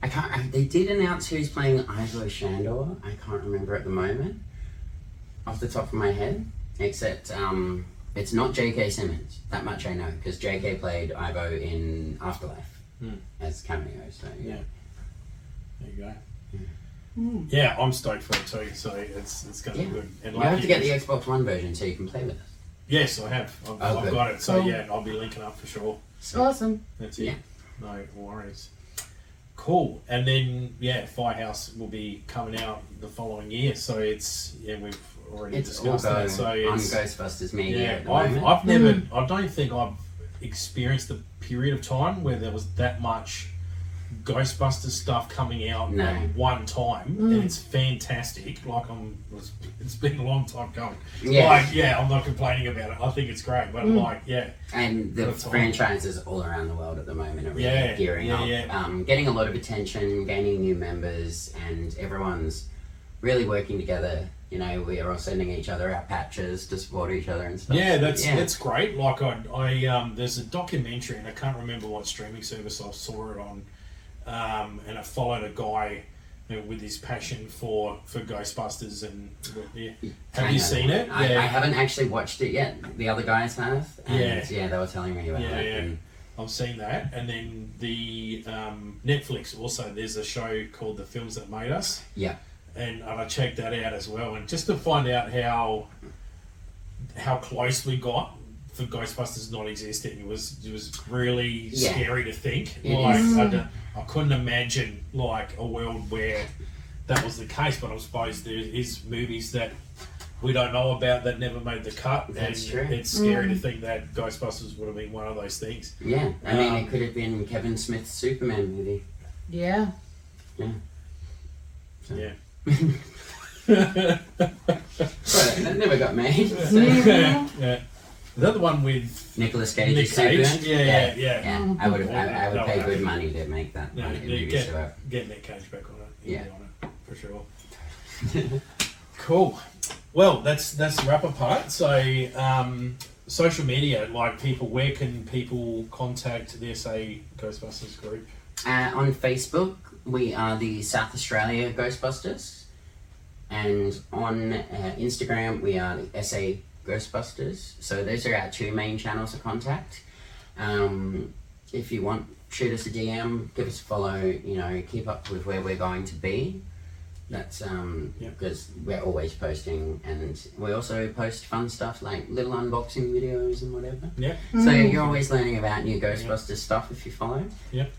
I can't. I, they did announce who's playing Ivor Shandor. I can't remember at the moment, off the top of my head. Except um, it's not J.K. Simmons. That much I know because J.K. played Ivo in Afterlife
Hmm.
as cameo. So yeah.
Yeah. There you go.
Mm.
Yeah, I'm stoked for it too. So it's it's gonna
Yeah.
be good. And
You have
like
to
you-
get the Xbox One version so you can play with us.
Yes, I have. I've,
Oh,
I've
good.
got it. So
Cool.
yeah, I'll be linking up for sure.
Awesome.
That's it.
Yeah.
No worries. Cool. And then yeah, Firehouse will be coming out the following year. So it's yeah, we've already
It's
discussed
also
that. So
on
it's
Ghostbusters Media
yeah.
at the
I've,
moment. Mm.
I've never. I don't think I've experienced the period of time where there was that much Ghostbusters stuff coming out
No.
at one time,
Mm.
and it's fantastic. Like I'm, it's- it's been a long time going.
yeah,
Like, yeah, I'm not complaining about it. I think it's great, but
Mm.
like, yeah,
and the
That's all.
franchises all around the world at the moment are really
Yeah,
gearing
yeah,
up,
yeah.
Um, getting a lot of attention, gaining new members, and everyone's really working together. You know, we are all sending each other our patches to support each other and stuff.
yeah, that's
yeah.
that's great. Like, I, I um, there's a documentary, and I can't remember what streaming service I saw it on, um, and I followed a guy. you know, With his passion for, for Ghostbusters and yeah. have
I
you
know.
seen it?
I, I haven't actually watched it yet. The other guys have. And
Yeah.
yeah, they were telling me about
Yeah,
it.
yeah.
and-
I've seen that, and then the um, Netflix also. There's a show called The Films That Made Us,
yeah.
and, and I checked that out as well. And just to find out how how close we got for Ghostbusters not existing was it was really
Yeah.
scary to think.
It
like
is.
I, d- I couldn't imagine like a world where that was the case. But I suppose there is movies that. We don't know about that never made the cut.
That's
and
true.
It's scary to think that Ghostbusters would have been one of those things.
Yeah, I mean,
Um,
it could have been Kevin Smith's Superman movie.
Yeah.
So.
Yeah.
But that never got made. So.
yeah.
Yeah.
yeah. Is that the one with
Nicholas Cage
Nick
is
Cage?
Superman.
Yeah, yeah, yeah.
Yeah, I would have. I, I would
No,
pay
no.
good money to make that
No,
money
you
movie.
get-
So.
Get Nick Cage back on it. He'd
Yeah.
be on it for sure. cool. Well, that's that's wrap up part. So, um, social media, like people, where can people contact the SA Ghostbusters group?
Uh, on Facebook, we are the South Australia Ghostbusters, and on uh, Instagram, we are the SA Ghostbusters. So those are our two main channels of contact. Um, if you want, shoot us a DM, give us a follow. You know, keep up with where we're going to be. That's um
Yep.
because we're always posting, and we also post fun stuff like little unboxing videos and whatever.
Yeah.
So
Mm.
you're always learning about new Ghostbusters stuff if you follow.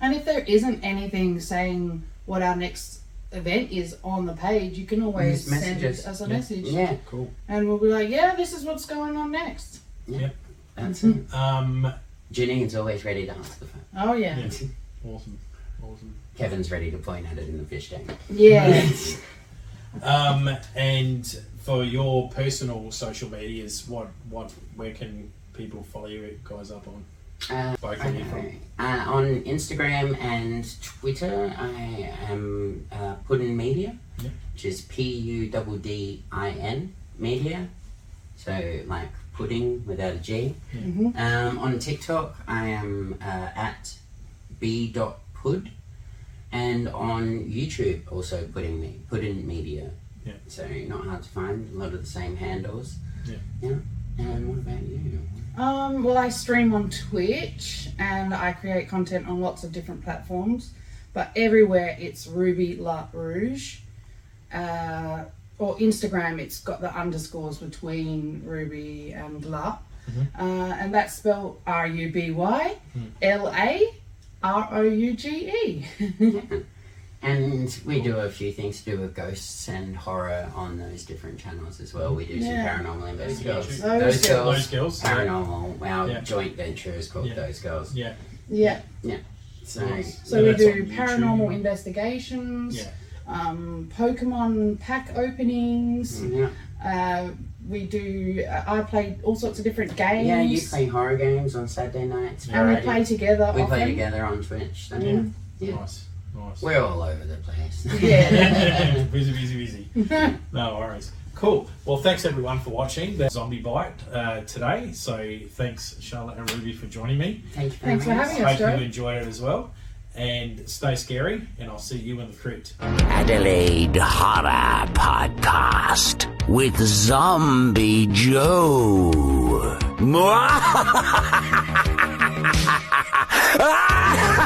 And if there isn't anything saying what our next event is on the page, you can always
Just
send
messages.
it as a
Yeah.
message.
Yeah,
Cool.
And we'll be like, yeah, this is what's going on next.
that's
Mm-hmm.
it.
Um,
Janine's always ready to answer the phone.
Oh, yeah.
yeah. Awesome. Awesome.
Kevin's ready to point at it in the fish tank.
Yeah.
Um, and for your personal social medias, what, what, where can people follow you guys up on?
Uh,
Both of you from?
okay. Uh, on Instagram and Twitter, I am uh, Puddin Media,
Yep.
which is P U D D I N Media. So like pudding without a G.
Mhm.
Um, on TikTok, I am uh, at b.pud. And on YouTube, also putting me, put in media.
Yeah.
So not hard to find. A lot of the same handles.
Yeah.
Yeah. And what about you?
Um, well, I stream on Twitch and I create content on lots of different platforms, but everywhere it's Ruby La Rouge. Uh, or Instagram, it's got the underscores between Ruby and La. Uh, and that's spelled R U B Y L A R O U G E.
And we do a few things to do with ghosts and horror on those different channels as well. We do
Yeah.
some paranormal investigations.
Those
Those
Girls.
Those
girls.
girls. yeah.
Paranormal. Our
Yeah.
joint venture is called
Yeah.
Those Girls.
Yeah.
Yeah.
So
Nice.
So
And
we
that's
do
on YouTube.
paranormal investigations,
Yeah.
um, Pokemon pack openings.
Mm.
yeah,
Uh, we do. uh, I play all sorts of different games.
yeah. You play horror games on Saturday nights.
and we
variety.
play together.
We
often.
play together on Twitch. Don't
Yeah.
we? Yeah.
Nice. Nice.
We're all over the place.
Yeah.
busy, busy, busy. No worries. Cool. Well, thanks everyone for watching the Zombie Bite uh, today. So thanks Charlotte and Ruby for joining me.
Thank you.
Thanks for having us,
Hope
Joe.
you enjoyed it as well. And stay scary, and I'll see you in the crypt.
Adelaide Horror Podcast with Zombie Joe. Mwah!